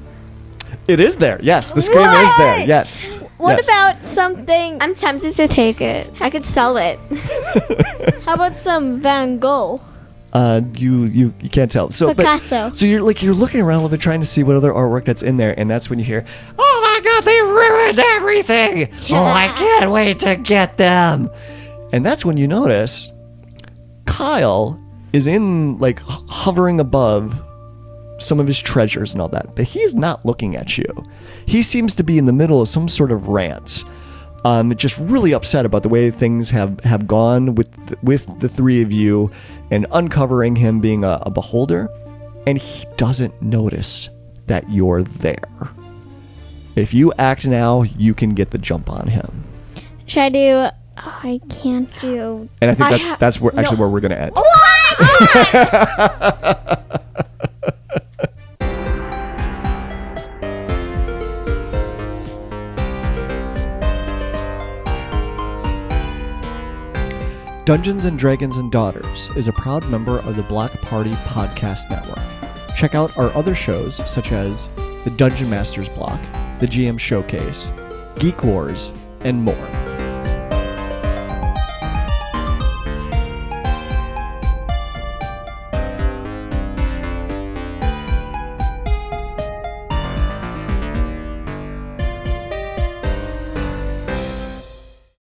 it is there. Yes, the scream is there. Yes.
What
Yes.
about something?
I'm tempted to take it. I could sell it.
How about some Van Gogh?
Uh, you you you can't tell. So but-
Picasso.
so you're like you're looking around a little bit, trying to see what other artwork that's in there, and that's when you hear, "Oh my God, they ruined everything! Oh, I can't wait to get them!" And that's when you notice Kyle is in like h- hovering above some of his treasures and all that, but he's not looking at you. He seems to be in the middle of some sort of rant. Um, just really upset about the way things have, have gone with th- with the three of you, and uncovering him being a, a beholder, and he doesn't notice that you're there. If you act now, you can get the jump on him,
Should I do? Oh, I can't do.
and I think
I
that's
ha-
that's where actually where we're gonna end. Dungeons and Dragons and Daughters is a proud member of the Block Party Podcast Network. Check out our other shows such as The Dungeon Masters Block, The GM Showcase, Geek Wars, and more.